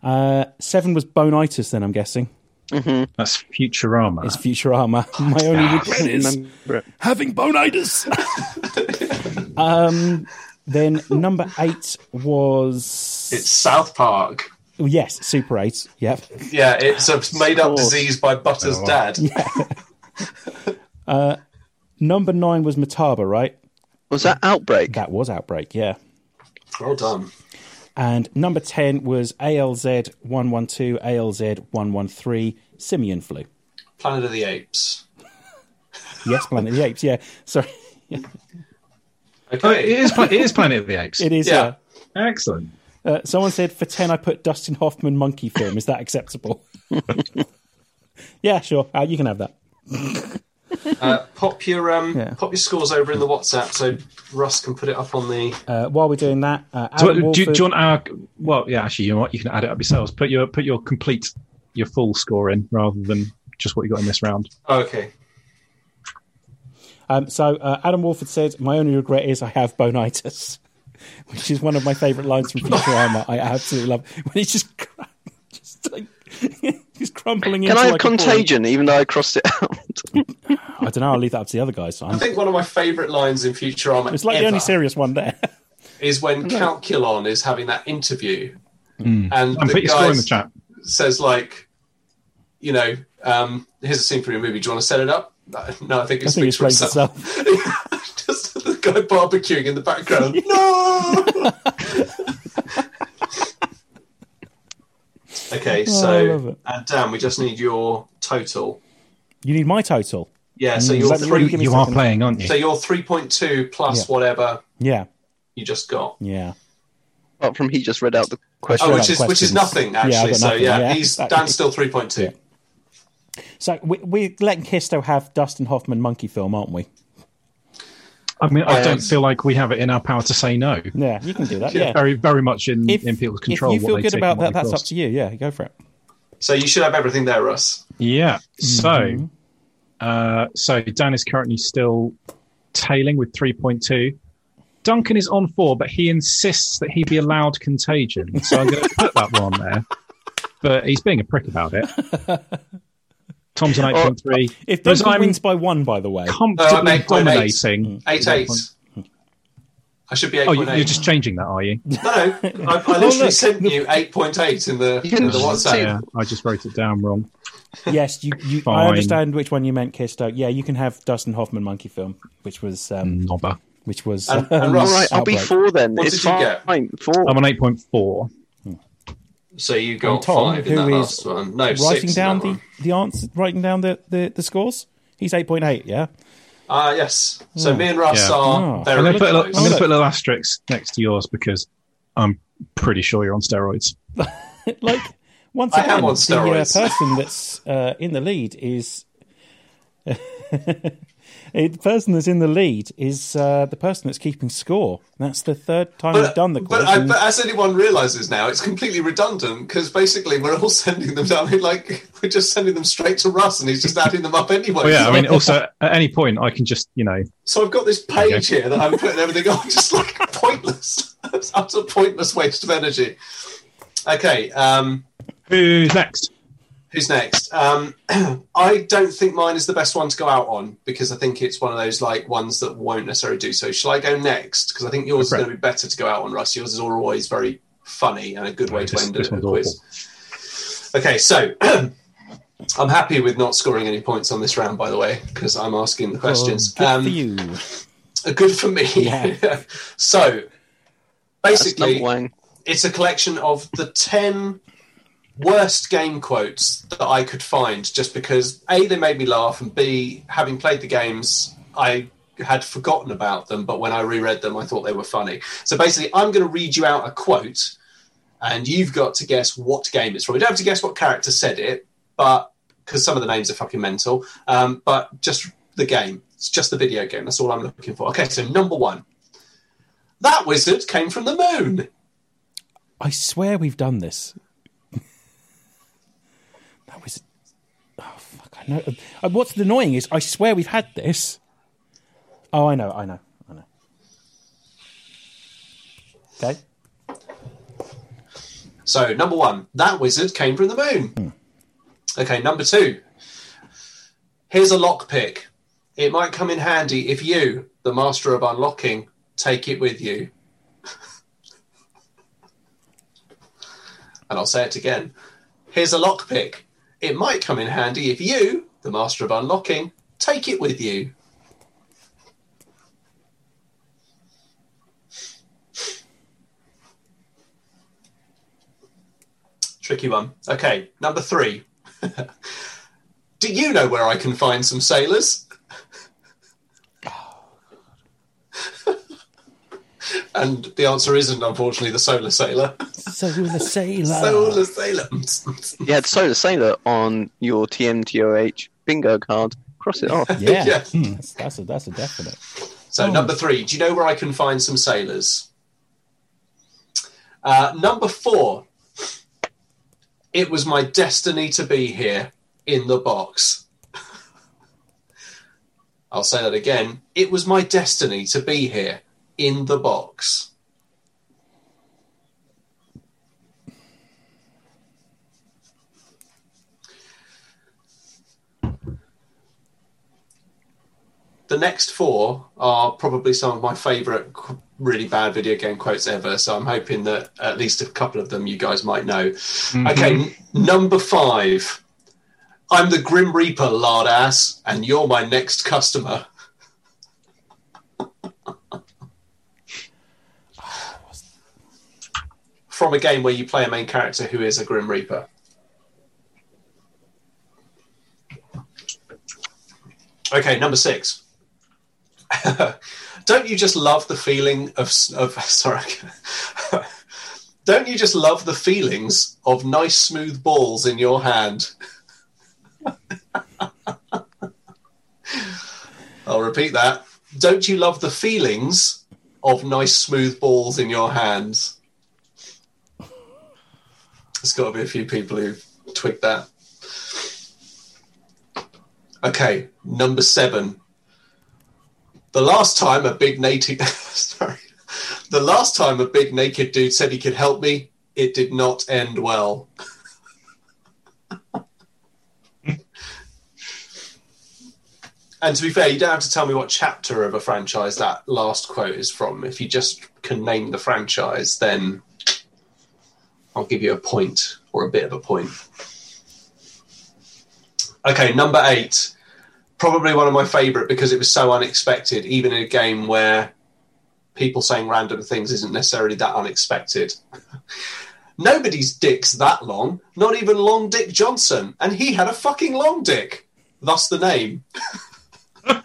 Speaker 2: Uh, seven was bonitis. Then I'm guessing
Speaker 4: That's Futurama.
Speaker 2: it's Futurama. My only regret is
Speaker 3: Remember it.
Speaker 2: having bonitis. um, then number eight was
Speaker 1: It's South Park.
Speaker 2: yes, Super Eight. Yep.
Speaker 1: Yeah, it's a made up disease by
Speaker 5: Oh,
Speaker 1: Butter's dad.
Speaker 2: Number nine was Mataba, right?
Speaker 3: Was that Outbreak?
Speaker 2: That was Outbreak. Yeah.
Speaker 1: Well done.
Speaker 2: And number ten was ALZ one one two ALZ one one three simian flu.
Speaker 1: Planet of the Apes.
Speaker 2: Yes, Planet of the Apes. Yeah. Sorry,
Speaker 1: Okay.
Speaker 4: Oh, it is. Pla- It is Planet of the Apes.
Speaker 2: it is.
Speaker 1: Yeah.
Speaker 2: Yeah.
Speaker 4: Excellent.
Speaker 2: Uh, someone said for ten, I put Dustin Hoffman monkey film. Is that acceptable? yeah, sure. Uh, you can have that.
Speaker 1: Uh, pop your um,
Speaker 2: Yeah.
Speaker 1: pop your scores over in the WhatsApp so Russ can put it up on the.
Speaker 2: Uh, while we're doing that, uh,
Speaker 4: So,
Speaker 2: Adam
Speaker 4: what- do, you-
Speaker 2: Walford-
Speaker 4: do you want our? Well, yeah. Actually, you know what? You can add it up yourselves. Put your put your complete your full score in rather than just what you got in this round.
Speaker 1: oh, Okay.
Speaker 2: Um, so uh, Adam Walford said, "My only regret is I have bonitis," which is one of my favourite lines from Futurama. I absolutely love when he's just cr- just like he's crumpling.
Speaker 3: Can
Speaker 2: into
Speaker 3: I have
Speaker 2: like a ball.
Speaker 3: Contagion, even though I crossed it out?
Speaker 2: I don't know. I'll leave that up to the other guys. I'm,
Speaker 1: I think one of my favourite lines in Futurama
Speaker 2: it's like the
Speaker 1: ever
Speaker 2: only serious one there.
Speaker 1: is when Calculon is having that interview, and
Speaker 4: And
Speaker 1: the
Speaker 4: put your score in the
Speaker 1: guy
Speaker 4: chat.
Speaker 1: says like, you know, um, here's a scene from your movie. Do you want to set it up? No, no, I think it
Speaker 2: I think it
Speaker 1: speaks for
Speaker 2: explains
Speaker 1: itself.
Speaker 2: itself.
Speaker 1: Just the guy barbecuing in the background. no. okay,
Speaker 2: Oh, I
Speaker 1: so
Speaker 2: love it.
Speaker 1: and Dan, we just need your total.
Speaker 2: You need my total.
Speaker 1: Yeah, so
Speaker 2: Mm,
Speaker 1: you're
Speaker 2: is that-
Speaker 1: three.
Speaker 2: give me
Speaker 4: You are
Speaker 2: something.
Speaker 4: playing, aren't you?
Speaker 1: So you're three point two plus
Speaker 2: Yeah.
Speaker 1: whatever
Speaker 2: Yeah,
Speaker 1: you just got.
Speaker 2: yeah.
Speaker 3: Apart from he just read out the question.
Speaker 1: Oh,
Speaker 2: Sure,
Speaker 1: which
Speaker 2: like
Speaker 1: is which is
Speaker 2: questions.
Speaker 1: nothing
Speaker 2: Yeah, I've
Speaker 1: actually.
Speaker 2: got
Speaker 1: so
Speaker 2: nothing,
Speaker 1: yeah,
Speaker 2: yeah.
Speaker 1: he's
Speaker 2: That-
Speaker 1: Dan's still three point two.
Speaker 2: So we, we're letting Kisto have Dustin Hoffman monkey film, aren't we?
Speaker 4: I mean, I don't
Speaker 1: Yes.
Speaker 4: feel like we have it in our power to say no.
Speaker 2: Yeah, you can do that. Yeah.
Speaker 4: Very, very much in,
Speaker 2: If,
Speaker 4: in people's
Speaker 2: if
Speaker 4: control.
Speaker 2: you
Speaker 4: what
Speaker 2: feel
Speaker 4: they
Speaker 2: good
Speaker 4: take
Speaker 2: about
Speaker 4: and what
Speaker 2: that,
Speaker 4: they
Speaker 2: that's up
Speaker 4: cost.
Speaker 2: to you. Yeah, go for it.
Speaker 1: So you should have everything there, Russ.
Speaker 4: Yeah. So,
Speaker 2: Mm-hmm.
Speaker 4: uh, so Dan is currently still tailing with 3.2. Duncan is on four, but he insists that he be allowed contagion. So I'm going to put that one there. But he's being a prick about it. Tom's an
Speaker 1: uh,
Speaker 4: 8.3.
Speaker 2: If
Speaker 4: Whereas
Speaker 2: Duncan
Speaker 4: I'm
Speaker 2: wins by one, by the way,
Speaker 4: comfortably
Speaker 1: Oh, I'm 8.8.
Speaker 4: dominating.
Speaker 1: Eight eight. I should be eight
Speaker 4: Oh,
Speaker 1: Mm. point
Speaker 4: you,
Speaker 1: eight.
Speaker 4: you're just changing that, are you?
Speaker 1: No, I, I literally sent you eight point eight in the, in
Speaker 3: can
Speaker 1: the
Speaker 3: just
Speaker 1: WhatsApp.
Speaker 3: say-
Speaker 4: Yeah, I just wrote it down wrong.
Speaker 2: Yes, you. you I
Speaker 4: Fine.
Speaker 2: understand which one you meant, Kisto. Yeah, you can have Dustin Hoffman monkey film, which was um,
Speaker 4: Nobber.
Speaker 2: which was.
Speaker 1: And-
Speaker 2: um,
Speaker 1: and Ross-
Speaker 3: All right, I'll be
Speaker 2: Outbreak.
Speaker 3: four then.
Speaker 1: What
Speaker 3: it's
Speaker 1: did you get?
Speaker 3: fine. Four.
Speaker 4: I'm on 8.4.
Speaker 1: So you got
Speaker 2: And Tom,
Speaker 1: five in that
Speaker 2: who is
Speaker 1: last one. No,
Speaker 2: writing
Speaker 1: six
Speaker 2: down
Speaker 1: in that
Speaker 2: the
Speaker 1: one.
Speaker 2: the answer, writing down the the, the scores. He's eight point eight. Yeah,
Speaker 1: Ah, yes. So me and Russ
Speaker 4: Yeah.
Speaker 1: are
Speaker 2: Oh.
Speaker 1: very
Speaker 4: I'm going to put, a
Speaker 1: close.
Speaker 4: little- I'm gonna
Speaker 2: look.
Speaker 4: put a little asterisk next to yours because I'm pretty sure you're on steroids.
Speaker 2: like once
Speaker 1: I
Speaker 2: again,
Speaker 1: am on
Speaker 2: the uh,
Speaker 1: steroids.
Speaker 2: person that's uh, in the lead is. Eh, the person that's in the lead is uh, the person that's keeping score. That's the third time we've
Speaker 1: But,
Speaker 2: done the quiz.
Speaker 1: but, I,
Speaker 2: and-
Speaker 1: but as anyone realizes now, it's completely redundant because basically we're all sending them down. Like we're just sending them straight to Russ, and he's just adding them up anyway.
Speaker 4: Well, Oh, yeah, I mean, also at any point I can just, you know,
Speaker 1: So I've got this page here that I'm putting everything on, just like pointless. It's utter pointless waste of energy. Okay, um,
Speaker 4: who's next?
Speaker 1: who's next? Um, I don't think mine is the best one to go out on because I think it's one of those like ones that won't necessarily do so. Shall I go next? Because I think yours is
Speaker 4: Correct.
Speaker 1: going to be better to go out on, Russ. Yours is always very funny and a good way to
Speaker 4: This-
Speaker 1: end
Speaker 4: this
Speaker 1: a a
Speaker 4: one's
Speaker 1: quiz. Okay, so I'm happy with not scoring any points on this round, by the way, because I'm asking the questions.
Speaker 2: Good
Speaker 1: Um,
Speaker 2: for you.
Speaker 1: good for me.
Speaker 2: Yeah.
Speaker 1: so
Speaker 3: That's not
Speaker 1: basically,
Speaker 3: Wang.
Speaker 1: it's a collection of the 10 worst game quotes that I could find just because A, they made me laugh, and B, having played the games, I had forgotten about them, but when I reread them, I thought they were funny. So basically, I'm going to read you out a quote, and you've got to guess what game it's from. You don't have to guess what character said it, but because some of the names are fucking mental, um, but just the game. It's just the video game. That's all I'm looking for. Okay, so number one. That wizard came from the moon.
Speaker 2: I swear we've done this. that was. Oh, fuck. I know. Uh, What's annoying is I swear we've had this. Oh, I know. I know. I know. Okay.
Speaker 1: So, number one, that wizard came from the moon. Okay, number two. Here's a lockpick. It might come in handy if you, the master of unlocking, take it with you. and I'll say it again. Here's a lockpick. It might come in handy if you, the master of unlocking, take it with you. Tricky one. Okay, number three. Do you know where I can find some sailors? and the answer isn't, unfortunately, the solar sailor.
Speaker 2: So you're the sailor.
Speaker 1: solar sailor.
Speaker 3: Yeah, it's Solar Sailor on your TMTOH bingo card. Cross it off.
Speaker 2: yeah.
Speaker 1: Yeah.
Speaker 2: Hmm, that's, that's a that's a definite.
Speaker 1: So number three, do you know where I can find some sailors? Uh, number four, it was my destiny to be here in the box. I'll say that again. It was my destiny to be here in the box. the next four are probably some of my favourite qu- really bad video game quotes ever. So I'm hoping that at least a couple of them you guys might know. Okay, n- number five. I'm the Grim Reaper, lard ass, and you're my next customer. From a game where you play a main character who is a Grim Reaper. Okay, number six. Don't you just love the feeling of, of sorry? Don't you just love the feelings of nice smooth balls in your hand? I'll repeat that. Don't you love the feelings of nice smooth balls in your hands? There's got to be a few people who twig that. Okay, number seven. The last time a big naked sorry, the last time a big naked dude said he could help me, it did not end well. and to be fair, you don't have to tell me what chapter of a franchise that last quote is from. If you just can name the franchise, then I'll give you a point or a bit of a point. Okay, number eight. Probably one of my favourite because it was so unexpected, even in a game where people saying random things isn't necessarily that unexpected. Nobody's dick's that long, not even Long Dick Johnson, and he had a fucking long dick. Thus the name. and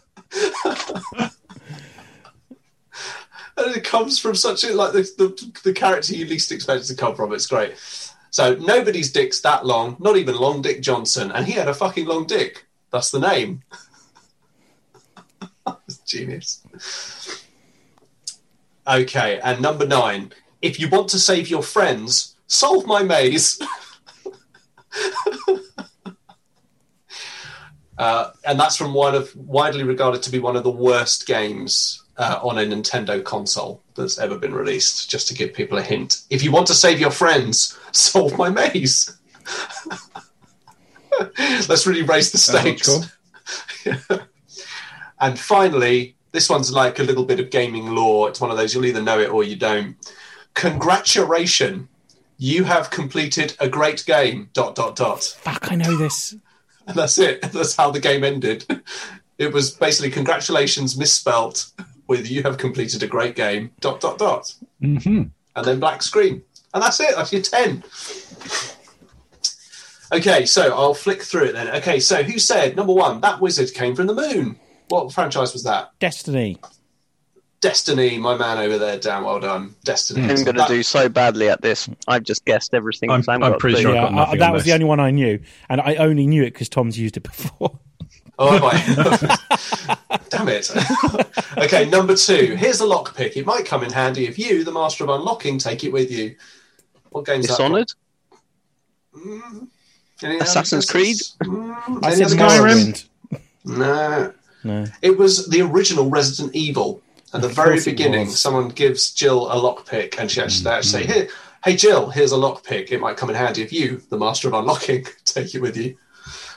Speaker 1: it comes from such a like the, the, the character you least expect it to come from. It's great. So nobody's dick's that long, not even Long Dick Johnson, and he had a fucking long dick. That's the name. It's Genius. Okay, and number nine. If you want to save your friends, solve my maze. Uh, and that's from one of widely regarded to be one of the worst games uh, on a Nintendo console that's ever been released. Just to give people a hint, if you want to save your friends, solve my maze. Let's really raise the
Speaker 5: That's
Speaker 1: stakes.
Speaker 5: cool.
Speaker 1: And finally, this one's like a little bit of gaming lore. It's one of those you'll either know it or you don't. Congratulations, you have completed a great game. Dot dot dot.
Speaker 2: Fuck, I know this.
Speaker 1: And that's it. That's how the game ended. It was basically congratulations misspelt with you have completed a great game. Dot dot dot.
Speaker 5: Mm-hmm.
Speaker 1: And then black screen. And that's it. That's your ten. Okay, so I'll flick through it then. Okay, so who said number one that wizard came from the moon? What franchise was that?
Speaker 2: Destiny.
Speaker 1: Destiny, my man over there. Damn well done, Destiny.
Speaker 3: I'm going to
Speaker 1: That-
Speaker 3: do so badly at this. I've just guessed everything.
Speaker 5: I'm-
Speaker 3: Sam
Speaker 5: I'm
Speaker 3: got to
Speaker 5: pretty
Speaker 3: do.
Speaker 5: sure I've
Speaker 2: yeah,
Speaker 5: got nothing
Speaker 2: I,
Speaker 5: on
Speaker 2: that was
Speaker 5: this.
Speaker 2: the only one I knew, and I only knew it because Tom's used it before.
Speaker 1: Oh, am I? Damn it. okay, number two. Here's a lockpick. It might come in handy if you, the master of unlocking, take it with you. What game's
Speaker 3: Dishonored.
Speaker 1: that? from? Any other
Speaker 3: Assassin's Creed?
Speaker 1: guesses? Mm,
Speaker 2: I
Speaker 1: any
Speaker 2: said
Speaker 1: other guesses?
Speaker 2: Morrowind.
Speaker 1: No.
Speaker 2: No.
Speaker 1: It was the original Resident Evil. At the
Speaker 2: Of
Speaker 1: very
Speaker 2: course it
Speaker 1: beginning,
Speaker 2: was. Mm-hmm.
Speaker 1: someone gives Jill a lockpick, and she actually, they actually say, Here, Hey, Jill, here's a lockpick. It might come in handy if you, the master of unlocking, take it with you.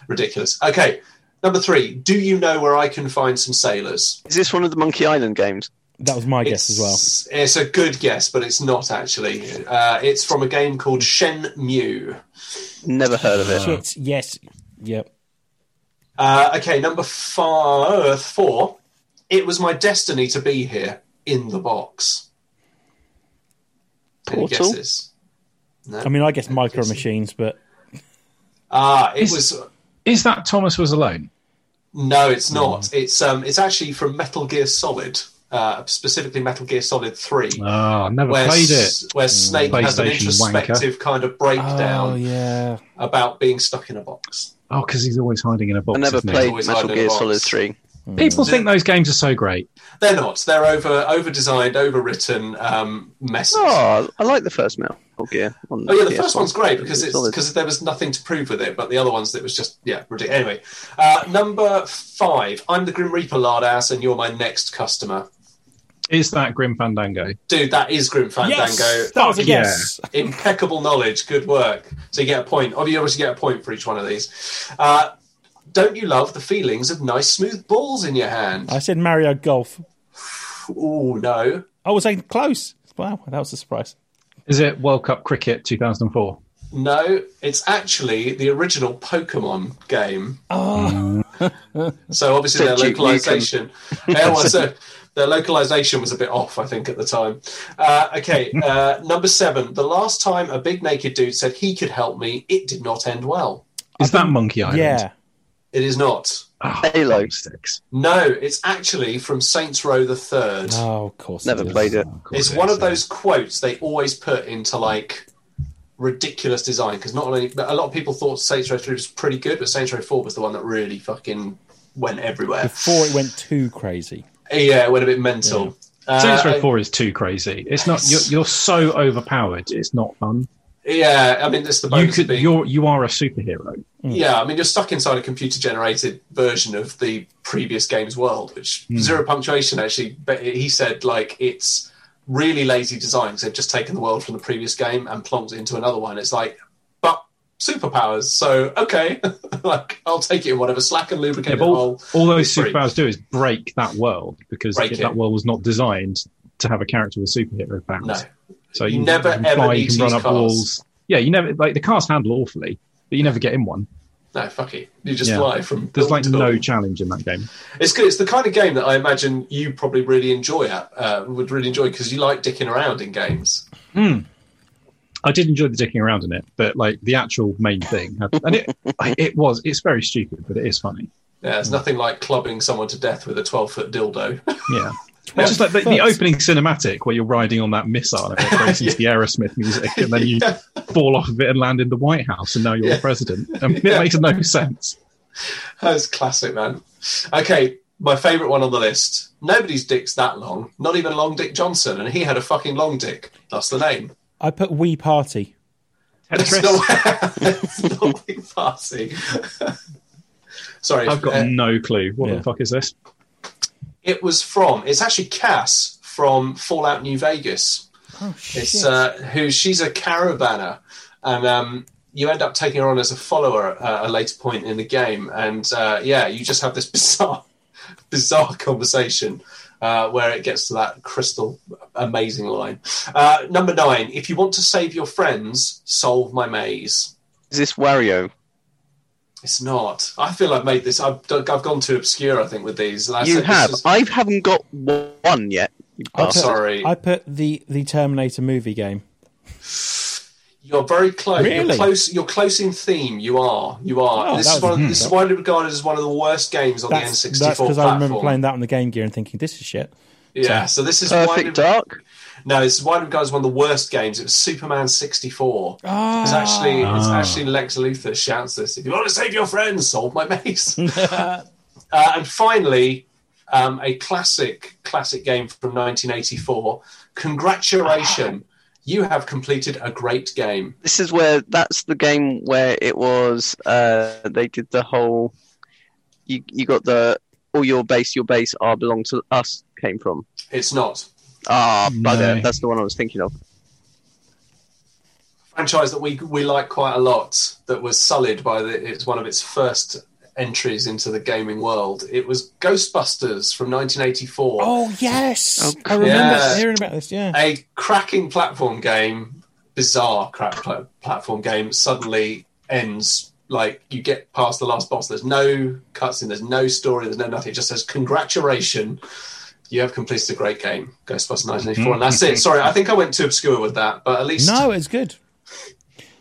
Speaker 1: Ridiculous. Okay, number three. Do you know where I can find some sailors?
Speaker 3: Is this one of the Monkey Island games?
Speaker 2: That was my guess as well.
Speaker 1: It's- It's a good guess, but it's not actually. Uh, it's from a game called Shen Mu.
Speaker 3: Never heard of
Speaker 5: uh,
Speaker 3: it.
Speaker 2: Shit. Yes. Yep.
Speaker 1: Uh, okay, number five, four. It was my destiny to be here in the box. Any
Speaker 3: Portal?
Speaker 1: guesses? No.
Speaker 2: I mean, I guess micro machines, but
Speaker 1: ah, it
Speaker 4: Is-
Speaker 1: was.
Speaker 4: Is that Thomas was alone?
Speaker 1: No,
Speaker 2: Hmm.
Speaker 1: it's not. It's um, it's actually from Metal Gear Solid, uh, specifically Metal Gear Solid Three.
Speaker 4: Oh, I've never
Speaker 1: Where,
Speaker 4: played
Speaker 1: S-
Speaker 4: it.
Speaker 1: where Snake has an
Speaker 4: PlayStation
Speaker 1: introspective kind of breakdown
Speaker 2: oh yeah,
Speaker 1: about being stuck in a box.
Speaker 4: Oh, because he's always hiding in a box.
Speaker 3: I never
Speaker 4: isn't he?
Speaker 3: played
Speaker 1: Always
Speaker 3: Metal
Speaker 1: hiding in a
Speaker 3: Gear
Speaker 1: box.
Speaker 3: Solid 3.
Speaker 4: People think those games are so great.
Speaker 1: They're not. They're over over designed, overwritten um, messes. Oh.
Speaker 3: Oh, I like the first Metal Gear. on
Speaker 1: yeah, the
Speaker 3: PS1.
Speaker 1: first one's great because it's
Speaker 3: Solid.
Speaker 1: because there was nothing to prove with it, but the other ones it was just yeah ridiculous. Anyway, uh, number five. I'm the Grim Reaper, lard ass, and you're my next customer,
Speaker 4: Is that Grim Fandango?
Speaker 1: dude. That is Grim Fandango.
Speaker 2: yes, that was a
Speaker 4: Fuck
Speaker 2: guess.
Speaker 1: Impeccable knowledge. Good work. So you get a point. Obviously, you obviously get a point for each one of these. Uh, don't you love the feelings of nice smooth balls in your hand?
Speaker 2: I said Mario Golf.
Speaker 1: Oh no.
Speaker 2: I was saying close. Wow, that was a surprise.
Speaker 4: Is it World Cup Cricket 2004?
Speaker 1: No, it's actually the original Pokemon game.
Speaker 2: Oh,
Speaker 1: So obviously
Speaker 3: So
Speaker 1: their
Speaker 3: you- you can-
Speaker 1: localization, yeah, well, so their localization was a bit off, I think, at the time. Uh, okay, uh, number seven. The last time a big naked dude said he could help me, it did not end well.
Speaker 4: Is that Monkey Island?
Speaker 2: Mm. yeah.
Speaker 1: It is not.
Speaker 4: Oh,
Speaker 3: Halo.
Speaker 4: sticks.
Speaker 1: No, it's actually from Saints Row the Third.
Speaker 2: Oh, of course.
Speaker 3: Never
Speaker 2: is.
Speaker 3: played it.
Speaker 1: It's one of those quotes they always put into like ridiculous design because not only but a lot of people thought Saints Row Three was pretty good, but Saints Row Four was the one that really fucking went everywhere.
Speaker 2: Before it went too crazy.
Speaker 1: Yeah, it went a bit mental. Uh,
Speaker 4: Saints Row 4 is too crazy. It's not. You're, you're so overpowered. It's not fun.
Speaker 1: Yeah, I mean, it's the
Speaker 4: You
Speaker 1: bonus
Speaker 4: could.
Speaker 1: of being-
Speaker 4: You're. You are a superhero.
Speaker 1: yeah, I mean, you're stuck inside a computer-generated version of the previous game's world, which
Speaker 4: Hmm.
Speaker 1: zero punctuation actually. But he said like it's really lazy design 'cause they've just taken the world from the previous game and plonked it into another one. It's like, but superpowers, so okay, like I'll take it in whatever slack and lubricate the
Speaker 4: all,
Speaker 1: hole.
Speaker 4: all those
Speaker 1: Break.
Speaker 4: superpowers do is break that world because
Speaker 1: Break
Speaker 4: it-
Speaker 1: it.
Speaker 4: that world was not designed to have a character with superhero powers.
Speaker 1: No,
Speaker 4: So
Speaker 1: You never ever need to use cars.
Speaker 4: Yeah, you never like the cars handle awfully, but you never get in one.
Speaker 1: no, fuck it. You just
Speaker 4: Yeah.
Speaker 1: fly from.
Speaker 4: There's
Speaker 1: building
Speaker 4: like
Speaker 1: to
Speaker 4: no
Speaker 1: building.
Speaker 4: challenge in that game.
Speaker 1: It's good. It's the kind of game that I imagine you probably really enjoy. Uh, would really enjoy because you like dicking around in games.
Speaker 4: I did enjoy the dicking around in it, but like the actual main thing, had- and it it was it's very stupid, but it is funny.
Speaker 1: Yeah,
Speaker 4: Mm-hmm.
Speaker 1: it's nothing like clubbing someone to death with a 12 foot dildo.
Speaker 4: Yeah. It's just like the, the opening cinematic where you're riding on that missile and it breaks into the Aerosmith music, and then you fall off of it and land in the White House, and now you're
Speaker 1: Yeah.
Speaker 4: the president. And it
Speaker 1: Yeah.
Speaker 4: makes no sense.
Speaker 1: That's classic, man. Okay, my favourite one on the list. Nobody's dick's that long, not even Long Dick Johnson, and he had a fucking long dick. That's the name.
Speaker 2: I put Wii Party.
Speaker 1: It's
Speaker 4: Tetris.
Speaker 1: not, it's not Wee Party. Sorry,
Speaker 4: I've got
Speaker 1: uh,
Speaker 4: no clue. What
Speaker 2: Yeah.
Speaker 4: the fuck is this?
Speaker 1: it was from, it's actually Cass from Fallout New Vegas.
Speaker 2: Oh shit.
Speaker 1: It's uh, who she's a caravaner, and um, you end up taking her on as a follower at a later point in the game. And uh, yeah, you just have this bizarre, bizarre conversation uh, where it gets to that crystal amazing line. Uh, number nine: If you want to save your friends, solve my maze.
Speaker 3: Is this Wario?
Speaker 1: It's not. I feel I've made this. I've, I've gone too obscure. I think with these. And I
Speaker 3: you
Speaker 1: said this
Speaker 3: have.
Speaker 1: is-
Speaker 3: I haven't got one yet. you
Speaker 2: I
Speaker 1: I'm
Speaker 2: put-
Speaker 3: bastard.
Speaker 1: sorry.
Speaker 2: I put the the Terminator movie game.
Speaker 1: You're very close. You're
Speaker 2: Really?
Speaker 1: close. You're close in theme. You are. You are.
Speaker 2: Oh,
Speaker 1: this
Speaker 2: that
Speaker 1: is
Speaker 2: was-
Speaker 1: one.
Speaker 2: hmm,
Speaker 1: this is
Speaker 2: that-
Speaker 1: widely regarded as one of the worst games on
Speaker 2: That's
Speaker 1: the N64
Speaker 2: that's because
Speaker 1: platform.
Speaker 2: I remember playing that on the Game Gear and thinking this is shit.
Speaker 1: yeah. So this is widely,
Speaker 3: Perfect Dark.
Speaker 1: no. This is widely regarded as one of the worst games. It was Superman 64.
Speaker 2: Ah,
Speaker 1: It's actually it's
Speaker 4: Ah.
Speaker 1: actually Lex Luthor shouts this. If you want to save your friends, solve my maze. Uh, and finally, um, a classic, classic game from 1984. Congratulations, you have completed a great game.
Speaker 3: This is where that's the game where it was. Uh, they did the whole. You you got the all your base your base are belong to us came from.
Speaker 1: It's not
Speaker 3: Ah, bugger!
Speaker 4: No.
Speaker 3: That's the one I was thinking of.
Speaker 1: a franchise that we we like quite a lot. That was sullied by the, it's one of its first entries into the gaming world. It was Ghostbusters from 1984.
Speaker 2: Oh yes, I remember
Speaker 1: Yeah.
Speaker 2: hearing about this. Yeah,
Speaker 1: a cracking platform game, bizarre crack pla- platform game, suddenly ends. Like you get past the last boss, there's no cutscene, there's no story, there's no nothing. It just says congratulations, you have completed a great game, Ghostbusters 1984, and that's it. Sorry, I think I went too obscure with that, but at least
Speaker 2: Mm-hmm. no, it's good.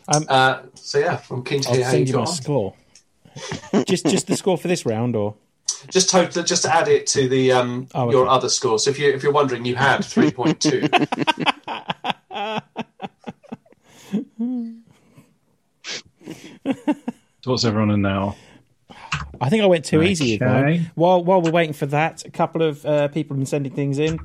Speaker 1: Uh, so yeah, I'm keen to
Speaker 2: I'll
Speaker 1: hear how
Speaker 2: send
Speaker 1: you
Speaker 2: you my
Speaker 1: got. on.
Speaker 2: score. just just the score for this round, or
Speaker 1: Just to, just add it to the um,
Speaker 2: Oh, okay.
Speaker 1: your other score. So if you if you're wondering, you had 3.2.
Speaker 4: So what's everyone in now?
Speaker 2: I think I went too easy. with mine.
Speaker 4: Okay.
Speaker 2: While while we're waiting for that, a couple of uh, people have been sending things in.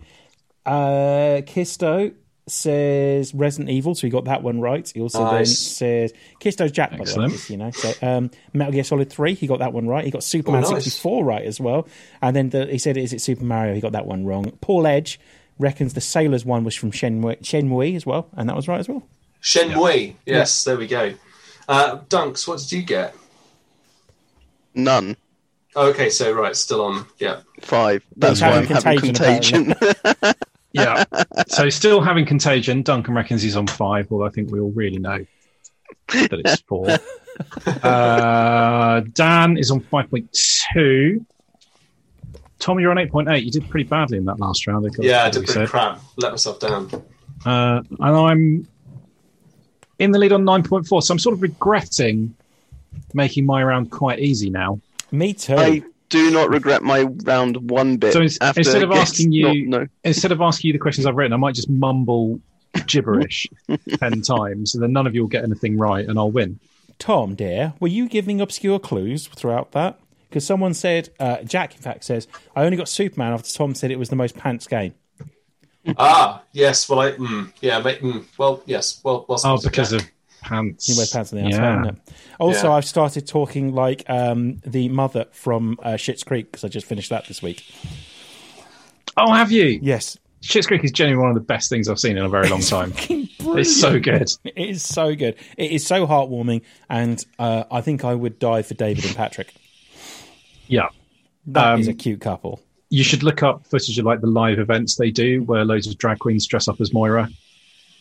Speaker 2: Uh, Kisto says Resident Evil, so he got that one right. He also then
Speaker 1: Nice.
Speaker 2: says Kisto's Jack, by the way,
Speaker 4: Excellent.
Speaker 2: just, you know. So um, Metal Gear Solid Three, he got that one right. He got Superman
Speaker 1: Oh, nice.
Speaker 2: sixty four right as well. And then the, he said, "Is it Super Mario?" He got that one wrong. Paul Edge reckons the Sailors one was from Shenmue, Shenmue as well, and that was right as well.
Speaker 1: Shenmue, yes, there we go. Uh, Dunks, what did you get? Oh,
Speaker 3: None
Speaker 1: Okay, so right, still on. Yeah.
Speaker 3: five. That's why I'm
Speaker 2: having
Speaker 3: having
Speaker 2: contagion,
Speaker 3: contagion.
Speaker 4: Yeah. so still having contagion. Duncan reckons he's on five, although I think we all really know that it's four. uh, Dan is on 5.2. Tom, you're on 8.8. You did pretty badly in that last round. got
Speaker 1: Yeah, I
Speaker 4: what
Speaker 1: did
Speaker 4: we
Speaker 1: pretty
Speaker 4: said.
Speaker 1: crap. Let myself down.
Speaker 4: Uh, and I'm in the lead on 9.4. So I'm sort of regretting making my round quite easy now.
Speaker 2: Me too.
Speaker 3: I do not regret my round one bit.
Speaker 4: So ins-
Speaker 3: after
Speaker 4: instead of
Speaker 3: it gets
Speaker 4: asking you-
Speaker 3: not- no,
Speaker 4: Instead of asking you the questions I've written, I might just mumble gibberish 10 times and then none of you will get anything right and I'll win.
Speaker 2: Tom, dear, were you giving obscure clues throughout that? Because someone said, uh, Jack, in fact, says, I only got Superman after Tom said it was the most pants game.
Speaker 1: Ah, yes. Well, I. Mm, yeah, mate. Mm, well, yes. Well, well
Speaker 4: Oh,
Speaker 1: spotted,
Speaker 4: because
Speaker 1: yeah.
Speaker 4: of pants.
Speaker 2: You wear pants on the outside,
Speaker 4: Yeah.
Speaker 2: isn't it? Also,
Speaker 1: Yeah.
Speaker 2: I've started talking like um, the mother from uh, Shit's Creek because I just finished that this week.
Speaker 4: Oh, have you?
Speaker 2: Yes.
Speaker 4: Shit's Creek is genuinely one of the best things I've seen in a very long time. it's so good.
Speaker 2: It is so good. It is so heartwarming. And uh, I think I would die for David and Patrick.
Speaker 4: Yeah.
Speaker 2: That is
Speaker 4: Um,
Speaker 2: a cute couple.
Speaker 4: You should look up footage of like the live events they do where loads of drag queens dress up as Moira.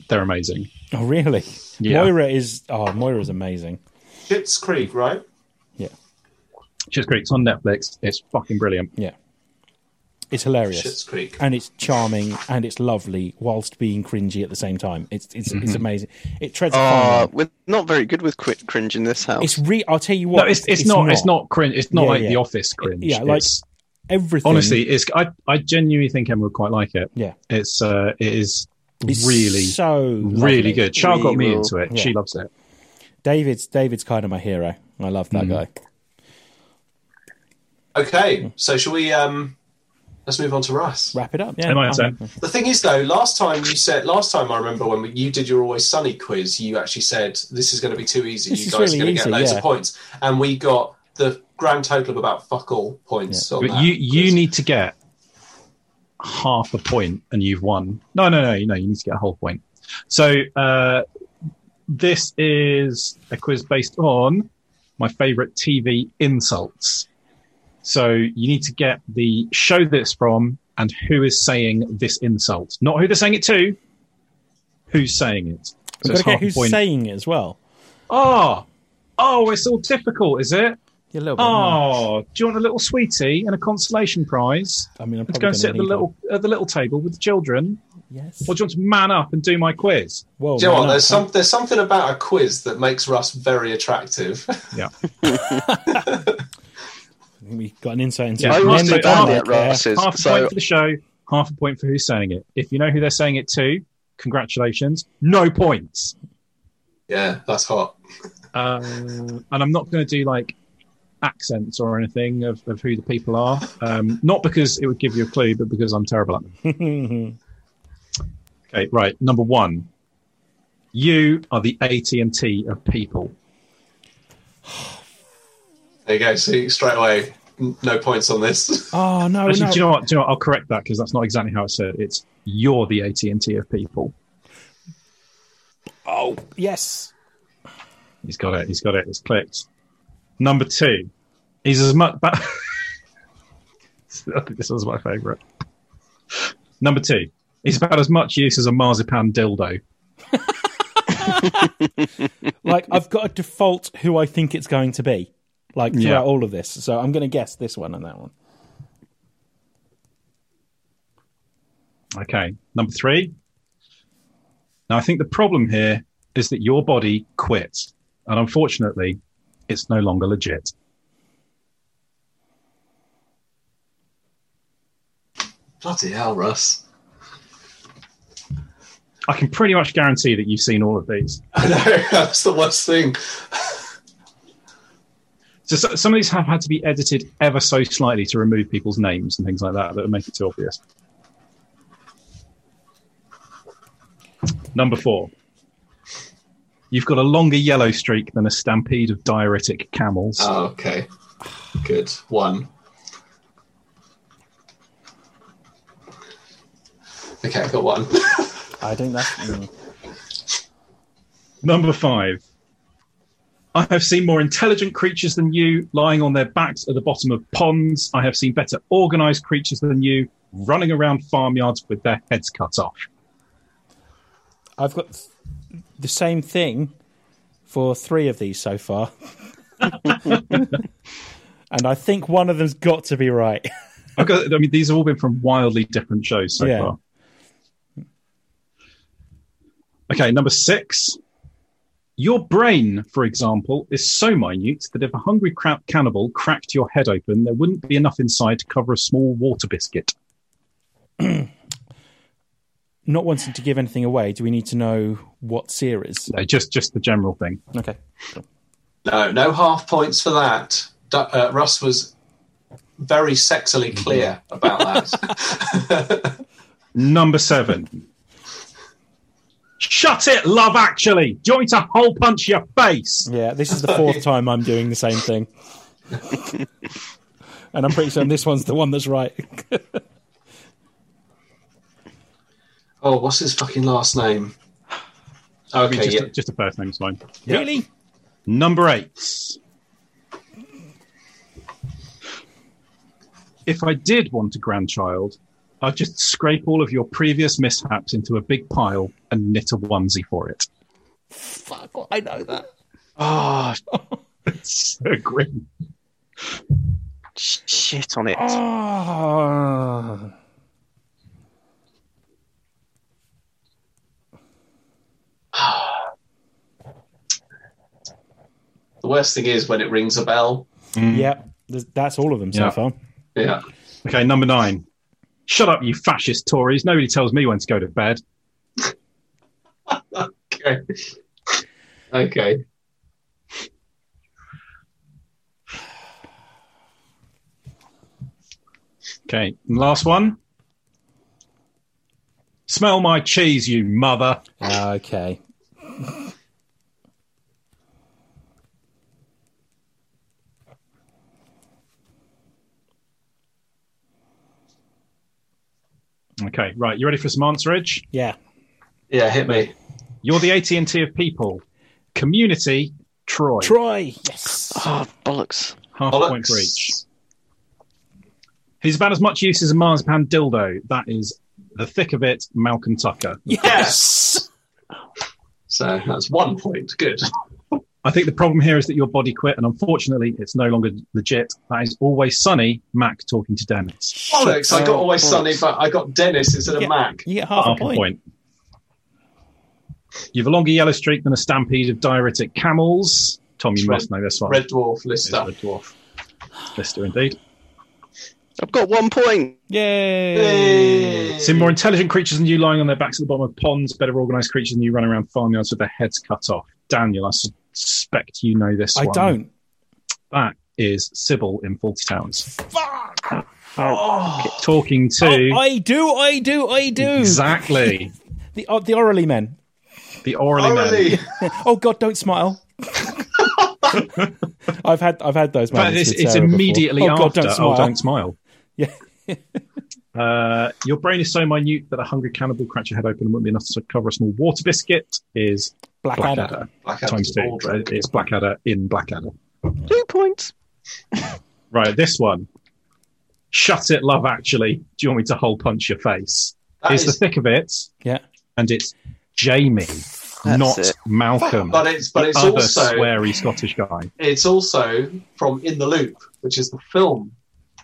Speaker 4: They're amazing.
Speaker 2: Oh, really?
Speaker 4: Yeah.
Speaker 2: Moira is, oh, Moira is amazing.
Speaker 1: Schitt's Creek, right?
Speaker 2: Yeah.
Speaker 4: Shit's Creek's on Netflix. It's fucking brilliant.
Speaker 2: Yeah. It's hilarious.
Speaker 1: Schitt's Creek.
Speaker 2: and it's charming and it's lovely whilst being cringy at the same time. It's it's, it's
Speaker 4: Mm-hmm.
Speaker 2: amazing. It treads
Speaker 4: Uh,
Speaker 2: a fine
Speaker 3: Ah,
Speaker 2: line.
Speaker 3: we're not very good with quit cringe in this house.
Speaker 2: It's re. I'll tell you what.
Speaker 4: No, it's, it's, not, It's not cringe. It's not
Speaker 2: Yeah,
Speaker 4: like
Speaker 2: yeah.
Speaker 4: The Office cringe.
Speaker 2: yeah, like-
Speaker 4: It's-
Speaker 2: everything.
Speaker 4: honestly, it's. I, I genuinely think Emma would quite like it.
Speaker 2: yeah,
Speaker 4: It's. Uh, it is
Speaker 2: It's
Speaker 4: really,
Speaker 2: so lovely.
Speaker 4: really good. Charles got
Speaker 3: We
Speaker 4: me
Speaker 3: will-
Speaker 4: into it.
Speaker 2: Yeah.
Speaker 4: She loves it.
Speaker 2: David's David's kind of my hero. I love
Speaker 4: Mm-hmm.
Speaker 2: that guy.
Speaker 1: Okay. So, shall we? Um, let's move on to Russ.
Speaker 2: Wrap it up. Yeah,
Speaker 4: And I
Speaker 2: I'm-
Speaker 4: said,
Speaker 1: The thing is, though, last time you said, last time I remember when we, you did your Always Sunny quiz, you actually said this is going to be too easy.
Speaker 2: This
Speaker 1: you
Speaker 2: is
Speaker 1: guys
Speaker 2: really
Speaker 1: are going to
Speaker 2: easy,
Speaker 1: get loads
Speaker 2: yeah.
Speaker 1: of points, and we got the grand total of about fuck all points. On
Speaker 4: But
Speaker 1: that
Speaker 4: you you
Speaker 1: quiz.
Speaker 4: need to get half a point and you've won. No, no, no, no. You need to get a whole point. So uh, this is a quiz based on my favorite TV insults. So you need to get the show that it's from and who is saying this insult, not who they're saying it to. Who's saying it?
Speaker 2: We've
Speaker 4: So
Speaker 2: got
Speaker 4: it's
Speaker 2: to get
Speaker 4: half a
Speaker 2: who's
Speaker 4: point.
Speaker 2: saying it as well.
Speaker 4: oh, oh, it's all difficult, is it?
Speaker 2: Yeah, a little bit.
Speaker 4: Oh, do you want a little sweetie and a consolation prize?
Speaker 2: I mean,
Speaker 4: Let's
Speaker 2: I'm probably
Speaker 4: go
Speaker 2: going
Speaker 4: and sit
Speaker 2: to
Speaker 4: at the little at the little table with the children.
Speaker 2: Yes.
Speaker 4: Or do you want to man up and do my quiz?
Speaker 2: Whoa,
Speaker 1: Do you know
Speaker 2: man
Speaker 1: what?
Speaker 2: up,
Speaker 1: There's,
Speaker 2: huh?
Speaker 1: some, there's something about a quiz that makes Russ very attractive.
Speaker 2: I think we got an insight into
Speaker 4: Yeah, Oh,
Speaker 3: I
Speaker 4: Half point- also
Speaker 3: was
Speaker 2: men
Speaker 3: so
Speaker 2: that
Speaker 4: found
Speaker 3: bad
Speaker 2: don't
Speaker 4: it,
Speaker 3: at
Speaker 2: care.
Speaker 3: Russ's.
Speaker 4: half a
Speaker 3: So
Speaker 4: point for the show, half a point for who's saying it. If you know who they're saying it to, congratulations. No points.
Speaker 1: yeah, that's hot.
Speaker 4: Uh, and I'm not going to do like accents or anything of, of who the people are. Um, not because it would give you a clue, but because I'm terrible at them. Okay, right. Number one, you are the AT and T of people.
Speaker 1: There you go. See, straight away, n- no points on this.
Speaker 2: oh no,
Speaker 4: Actually,
Speaker 2: no.
Speaker 4: do you know what? Do you know what? I'll correct that because that's not exactly how it's said. It's you're the AT and T of people.
Speaker 2: oh yes.
Speaker 4: He's got it. He's got it. It's clicked. Number two, he's as much. Ba- I think this was my favourite. Number two, he's about as much use as a marzipan dildo.
Speaker 2: Like I've got a default who I think it's going to be. Like throughout
Speaker 4: Yeah.
Speaker 2: all of this. So I'm gonna guess this one and that one.
Speaker 4: Okay. Number three. Now I think the problem here is that your body quits, and unfortunately, it's no longer legit.
Speaker 1: Bloody hell, Russ.
Speaker 4: I can pretty much guarantee that you've seen all of these.
Speaker 1: I know. That's the worst thing.
Speaker 4: So, so some of these have had to be edited ever so slightly to remove people's names and things like that that would make it too obvious. Number four. You've got a longer yellow streak than a stampede of diuretic camels.
Speaker 1: Oh, okay. Good. One. Okay, I got one.
Speaker 2: I think that's mm.
Speaker 4: Number five. I have seen more intelligent creatures than you lying on their backs at the bottom of ponds. I have seen better organized creatures than you running around farmyards with their heads cut off.
Speaker 2: I've got th- the same thing for three of these so far. and I think one of them's got to be right.
Speaker 4: I've got, I mean, these have all been from wildly different shows so
Speaker 2: Yeah.
Speaker 4: far. Okay, number six. Your brain, for example, is so minute that if a hungry cra- cannibal cracked your head open, there wouldn't be enough inside to cover a small water biscuit.
Speaker 2: Not wanting to give anything away, do we need to know what series?
Speaker 4: No, just, just the general thing.
Speaker 2: Okay.
Speaker 1: No, no half points for that. Du- uh, Russ was very sexily clear about that.
Speaker 4: Number seven. Shut it, love, actually. Do you want me to hole punch your face?
Speaker 2: Yeah, this is the fourth time I'm doing the same thing. and I'm pretty certain this one's the one that's right.
Speaker 1: oh, what's his fucking last name?
Speaker 4: I mean,
Speaker 1: Okay,
Speaker 4: just,
Speaker 1: yeah.
Speaker 4: a, just a first name's fine.
Speaker 1: Yeah.
Speaker 2: Really?
Speaker 4: Number eight. If I did want a grandchild, I'd just scrape all of your previous mishaps into a big pile and knit a onesie for it.
Speaker 2: Fuck, I know that.
Speaker 4: Ah, it's so grim.
Speaker 3: shit on it.
Speaker 2: Ah. Oh.
Speaker 1: The worst thing is when it rings a bell.
Speaker 4: Mm.
Speaker 2: Yep, th- that's all of them so
Speaker 4: Yeah.
Speaker 2: far.
Speaker 1: Yeah.
Speaker 4: Okay, number nine. Shut up, you fascist Tories. Nobody tells me when to go to bed.
Speaker 1: Okay. okay.
Speaker 4: Okay, and last one. Smell my cheese, you mother.
Speaker 2: Okay.
Speaker 4: Okay, right. You ready for some answerage?
Speaker 2: Yeah.
Speaker 1: Yeah, hit me.
Speaker 4: You're the AT and T of people. Community, Troy.
Speaker 2: Troy. Yes.
Speaker 3: Oh, bollocks.
Speaker 4: Half a point for
Speaker 1: Bollocks.
Speaker 4: each. He's about as much use as a marzipan dildo. That is the thick of it, Malcolm Tucker.
Speaker 1: Yes. So that's one point. Good.
Speaker 4: I think the problem here is that your body quit, and unfortunately, it's no longer legit. That is always sunny. Mac talking to Dennis.
Speaker 1: Bollocks! I got Always Sunny, but I got Dennis instead of
Speaker 2: Yeah.
Speaker 1: Mac.
Speaker 2: You get half,
Speaker 4: Half
Speaker 2: a point.
Speaker 4: You've a longer yellow streak than a stampede of diuretic camels. Tom, you
Speaker 1: Red-
Speaker 4: must know this one.
Speaker 1: Red Dwarf
Speaker 4: It's
Speaker 1: Lister.
Speaker 4: Red dwarf. Lister, indeed.
Speaker 3: I've got one point.
Speaker 2: Yay!
Speaker 1: Hey.
Speaker 4: See more intelligent creatures than you lying on their backs at the bottom of ponds, better organised creatures than you run around farmyards with their heads cut off. Daniel, I suspect you know this
Speaker 2: I
Speaker 4: one.
Speaker 2: don't.
Speaker 4: That is Sybil in Faulty Towns.
Speaker 2: Fuck!
Speaker 4: Talking
Speaker 2: Oh,
Speaker 4: to.
Speaker 2: I do, I do, I do.
Speaker 4: Exactly.
Speaker 2: The, uh, the orally men.
Speaker 4: The orally, men.
Speaker 1: Orally.
Speaker 2: Oh God, don't smile. I've had I've had those moments.
Speaker 4: But it's,
Speaker 2: with
Speaker 4: it's
Speaker 2: Sarah before.
Speaker 4: immediately
Speaker 2: oh, God,
Speaker 4: after.
Speaker 2: don't smile.
Speaker 4: Oh, don't smile.
Speaker 2: Yeah.
Speaker 4: Uh, your brain is so minute that a hungry cannibal cracked your head open and wouldn't be enough to cover a small water biscuit. Is
Speaker 2: Blackadder.
Speaker 4: Blackadder times
Speaker 1: Blackadder's
Speaker 4: two?
Speaker 1: Aldrin.
Speaker 4: It's Blackadder in Blackadder.
Speaker 3: Two points.
Speaker 4: Right, this one. Shut it, love. Actually, do you want me to hole punch your face?
Speaker 1: That
Speaker 4: Is the
Speaker 1: is-
Speaker 4: thick of it,
Speaker 2: Yeah.
Speaker 4: and it's Jamie,
Speaker 3: That's
Speaker 4: not
Speaker 3: it.
Speaker 4: Malcolm.
Speaker 1: But it's but it's
Speaker 4: other
Speaker 1: also
Speaker 4: sweary Scottish guy.
Speaker 1: it's also from In the Loop, which is the film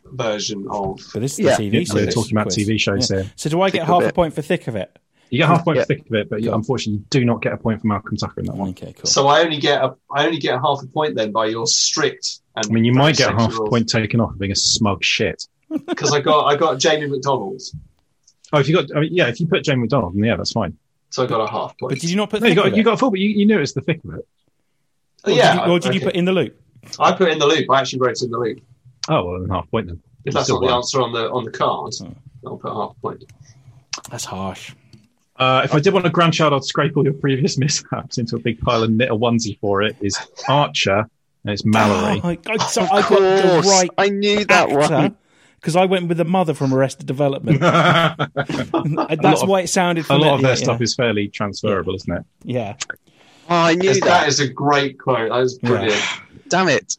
Speaker 1: version of.
Speaker 2: But this is
Speaker 3: Yeah.
Speaker 2: the TV
Speaker 4: Yeah,
Speaker 2: show.
Speaker 4: we're talking about TV shows here.
Speaker 2: So do I get
Speaker 3: Thick
Speaker 2: half
Speaker 3: of
Speaker 2: a
Speaker 3: it.
Speaker 2: point for thick of it?
Speaker 4: You get half a point
Speaker 3: Yeah.
Speaker 4: for thick of it, but you,
Speaker 2: Cool.
Speaker 4: unfortunately, you do not get a point for Malcolm Tucker in that one.
Speaker 2: Okay, cool.
Speaker 1: So I only get a I only get half a point then by your strict. And
Speaker 4: I mean, you might get
Speaker 1: very
Speaker 4: half a
Speaker 1: sexual-
Speaker 4: point taken off for being a smug shit.
Speaker 1: because I got I got Jamie McDonald,
Speaker 4: Oh, if you got, I mean, yeah, if you put Jamie McDonald, then yeah, that's fine.
Speaker 1: so I got a half
Speaker 2: but
Speaker 1: point.
Speaker 2: did you not put
Speaker 4: No, you
Speaker 2: thick of
Speaker 4: got,
Speaker 2: it?
Speaker 4: you got a full, but you, you knew it was the thick of it.
Speaker 2: or did,
Speaker 1: yeah,
Speaker 2: you, or did you
Speaker 1: okay.
Speaker 2: put in the loop?
Speaker 1: I put in the loop. I actually wrote in the loop.
Speaker 4: Oh, well, then half a point then.
Speaker 1: If that's
Speaker 4: Still
Speaker 1: not the
Speaker 4: won.
Speaker 1: answer on the on the card,
Speaker 2: Hmm.
Speaker 1: I'll put half a point.
Speaker 2: That's harsh.
Speaker 4: Uh, if I did want a grandchild, I'd scrape all your previous mishaps into a big pile and knit a onesie for it. Is Archer and it's Mallory.
Speaker 2: Oh, my God, so I
Speaker 3: Of
Speaker 2: got the
Speaker 3: course.
Speaker 2: right
Speaker 3: I knew that one.
Speaker 2: because I went with the mother from Arrested Development.
Speaker 4: a
Speaker 2: That's
Speaker 4: of-
Speaker 2: why it sounded.
Speaker 4: lot of
Speaker 2: familiar,
Speaker 4: their
Speaker 2: Oh. yeah,
Speaker 4: stuff is fairly transferable, isn't it?
Speaker 2: Yeah.
Speaker 3: Oh, I knew
Speaker 1: Yes,
Speaker 3: that.
Speaker 1: that is a great quote. That is brilliant.
Speaker 3: Damn it.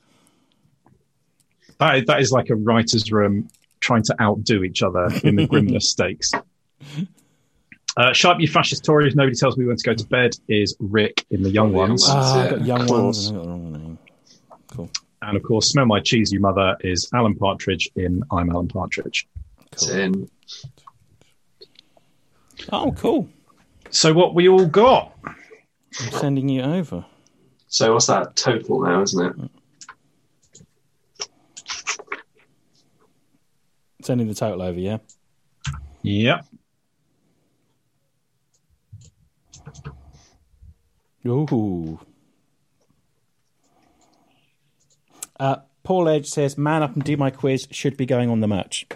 Speaker 4: That is, that is like a writer's room trying to outdo each other in the grimness stakes. Uh, sharp, you fascist Tories, nobody tells me when to go to bed, is Rick in The Young
Speaker 1: The Young
Speaker 4: Ones.
Speaker 1: Ones.
Speaker 2: Ah, I
Speaker 1: yeah,
Speaker 2: got young
Speaker 3: of course.
Speaker 2: ones. and I got the wrong name. Cool.
Speaker 4: And of course, Smell My Cheese, You Mother is Alan Partridge in I'm Alan Partridge.
Speaker 1: It's in.
Speaker 2: Oh, cool.
Speaker 4: So, what we all got?
Speaker 2: I'm sending you over.
Speaker 1: So what's that total now, isn't it?
Speaker 2: Sending the total over. Yeah.
Speaker 4: Yep.
Speaker 2: Ooh. Uh, Paul Edge says, "Man up and do my quiz should be going on the merch."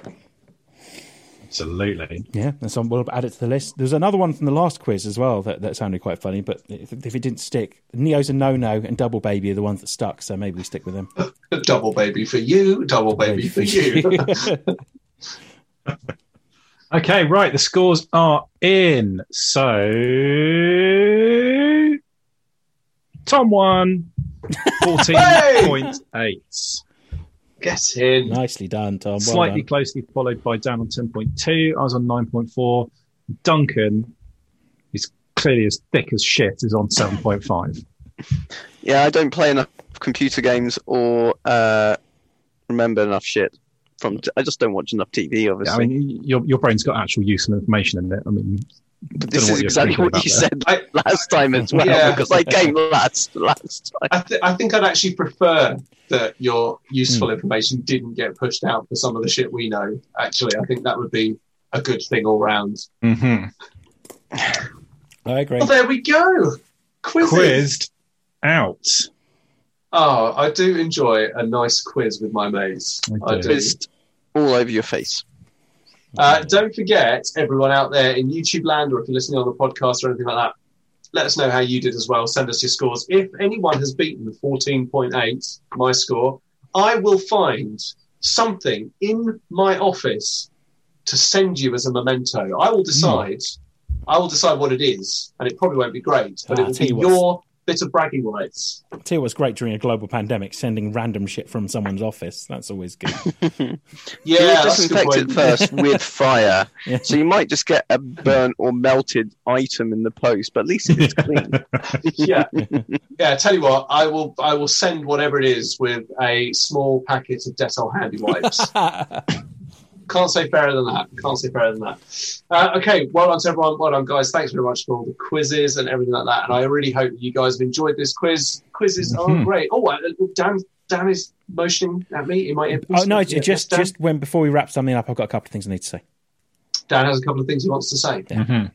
Speaker 4: Absolutely.
Speaker 2: Yeah, and so we'll add it to the list. There's another one from the last quiz as well that, that sounded quite funny, but if, if it didn't stick, Neo's a no-no and Double Baby are the ones that stuck, so maybe we stick with them.
Speaker 1: Double baby for you. Double baby for you.
Speaker 4: Okay, right. The scores are in. So Tom won 14.8.
Speaker 1: Get in.
Speaker 2: Nicely done, Tom. Oh, Well
Speaker 4: Slightly
Speaker 2: done.
Speaker 4: closely followed by Dan on 10.2. I was on 9.4. Duncan is clearly as thick as shit, is on 7.5.
Speaker 3: Yeah, I don't play enough computer games or uh, remember enough shit. From I just don't watch enough TV,
Speaker 4: Yeah,
Speaker 3: obviously.
Speaker 4: I mean, your, your brain's got actual useful information in it. I mean,
Speaker 3: but
Speaker 4: don't
Speaker 3: this
Speaker 4: know what
Speaker 3: is
Speaker 4: you're
Speaker 3: exactly
Speaker 4: thinking
Speaker 3: what
Speaker 4: about
Speaker 3: you
Speaker 4: there.
Speaker 3: said
Speaker 1: I-
Speaker 3: last time as well,
Speaker 1: Yeah.
Speaker 3: because I came last last time.
Speaker 1: I, th- I think I'd actually prefer that your useful information didn't get pushed out for some of the shit we know. Actually, I think that would be a good thing all round.
Speaker 2: Mm-hmm. I agree.
Speaker 1: Well, there we go. Quiz.
Speaker 4: quizzed out.
Speaker 1: Oh, I do enjoy a nice quiz with my mates.
Speaker 4: I
Speaker 1: I
Speaker 4: do.
Speaker 1: do.
Speaker 3: Just all over your face.
Speaker 1: Uh, don't forget, everyone out there in YouTube land, or if you're listening on the podcast or anything like that, let us know how you did as well. Send us your scores. If anyone has beaten 14.8, my score, I will find something in my office to send you as a memento. I will decide. I will decide what it is, and it probably won't be great, but
Speaker 2: Hmm.
Speaker 1: it
Speaker 2: Ah,
Speaker 1: will
Speaker 2: tell
Speaker 1: be
Speaker 2: you what.
Speaker 1: your bit of bragging rights.
Speaker 2: I tell you what's great during a global pandemic, sending random shit from someone's office. That's always good.
Speaker 3: you
Speaker 1: Yeah,
Speaker 3: would
Speaker 1: that's a good
Speaker 3: disinfect
Speaker 1: point.
Speaker 3: it first with fire,
Speaker 2: Yeah.
Speaker 3: so you might just get a burnt or melted item in the post. But at least it's clean.
Speaker 1: yeah, yeah. Tell you what, I will. I will send whatever it is with a small packet of Dettol handy wipes.
Speaker 2: Oh,
Speaker 1: Can't say fairer than that. Can't say fairer than that. Uh, okay, well done to everyone. Well done, guys. Thanks very much for all the quizzes and everything like that. And I really hope you guys have enjoyed this quiz. Quizzes are
Speaker 4: Mhm.
Speaker 1: great. Oh, uh, Dan, Dan is motioning at me in my
Speaker 2: oh no,
Speaker 1: Yeah,
Speaker 2: just
Speaker 1: Dan,
Speaker 2: just when before we wrap something up, I've got a couple of things I need to say.
Speaker 1: Dan has a couple of things he wants to say.
Speaker 2: Do you want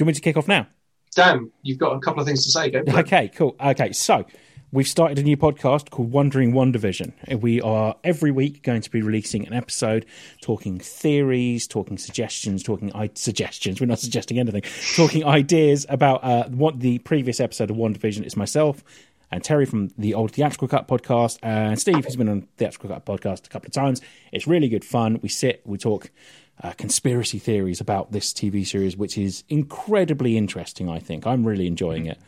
Speaker 2: me to kick off now?
Speaker 1: Dan, you've got a couple of things to say. Go. for it.
Speaker 2: Okay, cool. Okay, so we've started a new podcast called Wandering One Division. We are every week going to be releasing an episode talking theories, talking suggestions, talking I- suggestions. We're not suggesting anything. Talking ideas about uh, what the previous episode of One Division is myself. And Terry from the old Theatrical Cut podcast, and Steve, who's been on Theatrical Cut podcast a couple of times. It's really good fun. We sit, we talk uh, conspiracy theories about this TV series, which is incredibly interesting, I think. I'm really enjoying it.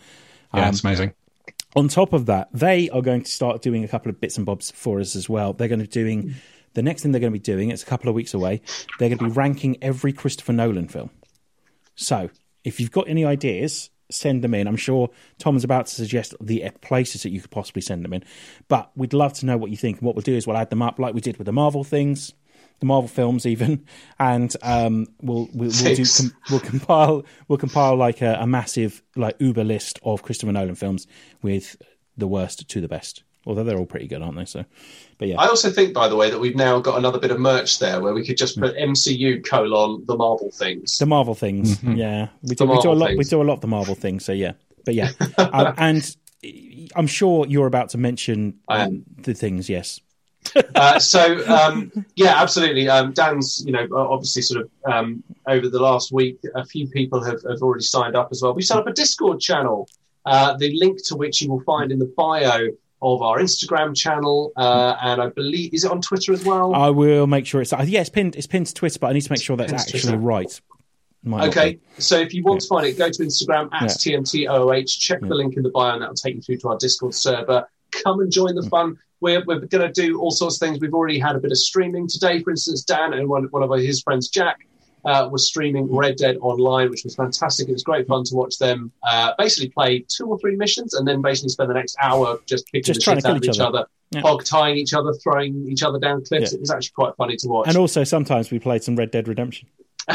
Speaker 4: Yeah, it's amazing.
Speaker 2: On top of that, they are going to start doing a couple of bits and bobs for us as well. They're going to be doing the next thing they're going to be doing. It's a couple of weeks away. They're going to be ranking every Christopher Nolan film. So if you've got any ideas, send them in. I'm sure Tom's about to suggest the e-, places that you could possibly send them in, but we'd love to know what you think. And what we'll do is we'll add them up like we did with the Marvel things. The Marvel films, even, and um, we'll we'll, we'll, do,
Speaker 1: Six.
Speaker 2: com- we'll compile we'll compile like a, a massive like Uber list of Christopher Nolan films with the worst to the best. Although they're all pretty good, aren't they? So, but yeah,
Speaker 1: I also think, by the way, that we've now got another bit of merch there where we could just put MCU colon the Marvel things.
Speaker 2: the Marvel things. Yeah, we do, we
Speaker 1: Mm-hmm.
Speaker 2: do a
Speaker 1: Marvel
Speaker 2: lot.
Speaker 1: things.
Speaker 2: We do a lot of the Marvel things. So yeah, but yeah, um, and I'm sure you're about to mention
Speaker 1: I am.
Speaker 2: um, the things. Yes,
Speaker 1: uh, so um, yeah, absolutely. Um, Dan's, you know, obviously, sort of um, over the last week, a few people have, have already signed up as well. We set up a Discord channel, uh, the link to which you will find in the bio of our Instagram channel, uh, and I believe is it on Twitter as well.
Speaker 2: I will make sure it's. Yeah, it's pinned. It's pinned to Twitter, but I need to make sure that's
Speaker 1: Pinned to
Speaker 2: actually
Speaker 1: Twitter.
Speaker 2: right. Might not
Speaker 1: Okay,
Speaker 2: be.
Speaker 1: so if you want to find it, go to Instagram at TMTOOH, check
Speaker 2: Yeah.
Speaker 1: the link in the bio, and that'll take you through to our Discord server. Come and join the
Speaker 2: Mm.
Speaker 1: fun. We're, we're going to do all sorts of things. We've already had a bit of streaming today. For instance, Dan and one, one of his friends, Jack, uh, was streaming
Speaker 2: Mm.
Speaker 1: Red Dead Online, which was fantastic. It was great fun to watch them uh, basically play two or three missions and then basically spend the next hour just kicking
Speaker 2: Just
Speaker 1: the
Speaker 2: trying
Speaker 1: shit
Speaker 2: to kill
Speaker 1: out of
Speaker 2: each
Speaker 1: each other,
Speaker 2: Yeah.
Speaker 1: hog tying each other, throwing each other down cliffs.
Speaker 2: Yeah.
Speaker 1: It was actually quite funny to watch.
Speaker 2: And also, sometimes we played some Red Dead Redemption.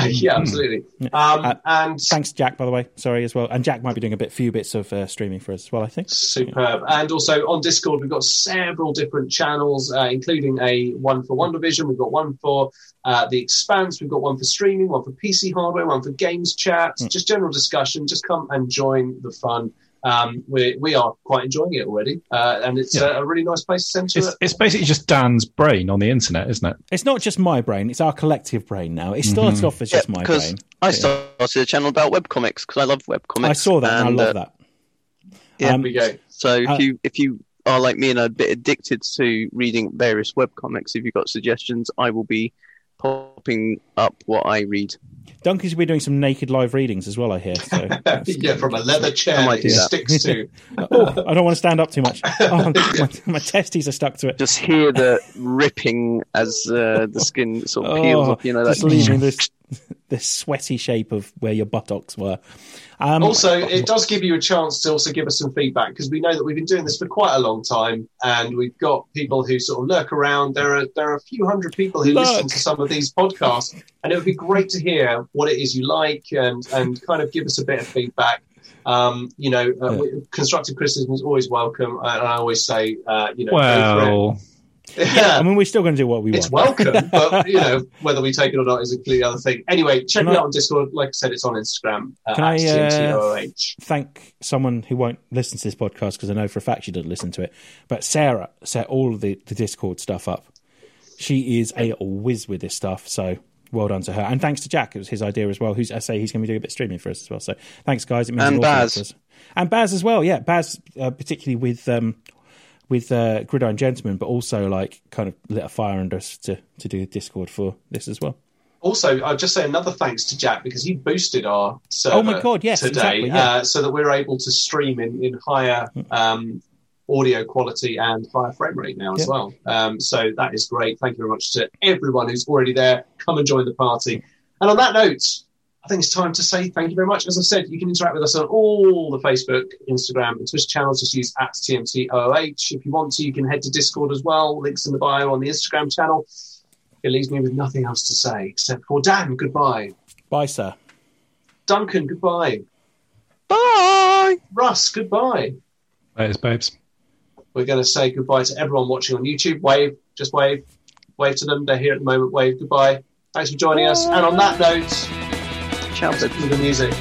Speaker 1: yeah, absolutely. Um,
Speaker 2: Uh,
Speaker 1: and
Speaker 2: Thanks, Jack, by the way. Sorry as well. And Jack might be doing a bit few bits of uh, streaming for us as well. I think.
Speaker 1: Superb. And also on Discord, we've got several different channels, uh, including a one for One Division, we've got one for uh, The Expanse, we've got one for streaming, one for PC hardware, one for games chat,
Speaker 3: Hmm.
Speaker 1: just general discussion. Just come and join the fun. Um, we, we are quite enjoying it already, uh, and it's
Speaker 4: Yeah.
Speaker 1: uh, a really nice place to send to
Speaker 4: It's,
Speaker 1: it.
Speaker 4: it's basically just Dan's brain on the internet, isn't it?
Speaker 2: It's not just my brain; it's our collective brain now. It started
Speaker 1: Mm-hmm.
Speaker 2: off as just my
Speaker 3: because
Speaker 2: brain.
Speaker 3: I started a channel about webcomics because I love webcomics.
Speaker 2: I saw that, and, I love
Speaker 3: uh,
Speaker 2: that.
Speaker 3: um, yeah,
Speaker 1: There we go.
Speaker 3: So if
Speaker 2: Uh,
Speaker 3: you if you are like me and are a bit addicted to reading various webcomics, if you've got suggestions, I will be popping up what I read.
Speaker 2: Duncan's been doing some naked live readings as well. I hear. So that's-
Speaker 1: yeah, from a leather chair
Speaker 3: I might
Speaker 1: that
Speaker 3: do
Speaker 1: it
Speaker 3: that.
Speaker 1: sticks to.
Speaker 2: oh, I don't want to stand up too much. Oh, my, my testes are stuck to it.
Speaker 3: Just hear the ripping as uh, the skin sort of peels
Speaker 2: Oh,
Speaker 3: off. You know,
Speaker 2: just
Speaker 3: that
Speaker 2: leaving this this sweaty shape of where your buttocks were. Um,
Speaker 1: Also, it does give you a chance to also give us some feedback because we know that we've been doing this for quite a long time, and we've got people who sort of lurk around. There are there are a few hundred people who
Speaker 2: Lurk.
Speaker 1: listen to some of these podcasts, and it would be great to hear what it is you like and and kind of give us a bit of feedback. Um, you know, uh,
Speaker 2: Yeah.
Speaker 1: we- constructive criticism is always welcome, and I always say, uh, you know, go for
Speaker 4: Well,
Speaker 1: it.
Speaker 2: I mean, we're still going to do what we
Speaker 1: It's
Speaker 2: want.
Speaker 1: welcome, but you know whether we take it or not is a completely other thing. Anyway, check
Speaker 2: Can
Speaker 1: it
Speaker 2: I-
Speaker 1: out on Discord. Like I said, it's on Instagram uh,
Speaker 2: Can I,
Speaker 1: at
Speaker 2: uh,
Speaker 1: TMTOOH.
Speaker 2: Thank someone who won't listen to this podcast because I know for a fact she doesn't listen to it. But Sarah set all of the, the Discord stuff up. She is a whiz with this stuff. So well done to her. And thanks to Jack. It was his idea as well. Who's I say he's going to be doing a bit of streaming for us as well. So thanks, guys. It means
Speaker 3: And
Speaker 2: an awful lot
Speaker 3: Baz.
Speaker 2: to us. And Baz as well. Yeah, Baz, uh, particularly with. Um, with uh, Gridiron Gentleman, but also like kind of lit a fire under us to, to do Discord for this as well.
Speaker 1: Also, I'll just say another thanks to Jack because he boosted our server
Speaker 2: Oh my God, yes,
Speaker 1: Uh, today
Speaker 2: exactly, yeah. Mm.
Speaker 1: uh, so that we're able to stream in, in higher um, audio quality and higher frame rate now as
Speaker 2: Yeah.
Speaker 1: well. Um, so that is great. Thank you very much to everyone who's already there. Come and join the party. And on that note, I think it's time to say thank you very much. As I said, you can interact with us on all the Facebook, Instagram, and Twitter channels. Just use at TMTOOH. If you want to, you can head to Discord as well. Links in the bio on the Instagram channel. It leaves me with nothing else to say except for Dan, goodbye.
Speaker 2: Bye, sir.
Speaker 1: Duncan, goodbye.
Speaker 3: Bye.
Speaker 1: Russ, goodbye.
Speaker 4: There's babes.
Speaker 1: We're going to say goodbye to everyone watching on YouTube. Wave, just wave. Wave to them. They're here at the moment. Wave, goodbye. Thanks for joining us. And on that note,
Speaker 3: Ciao,
Speaker 1: let's do the music.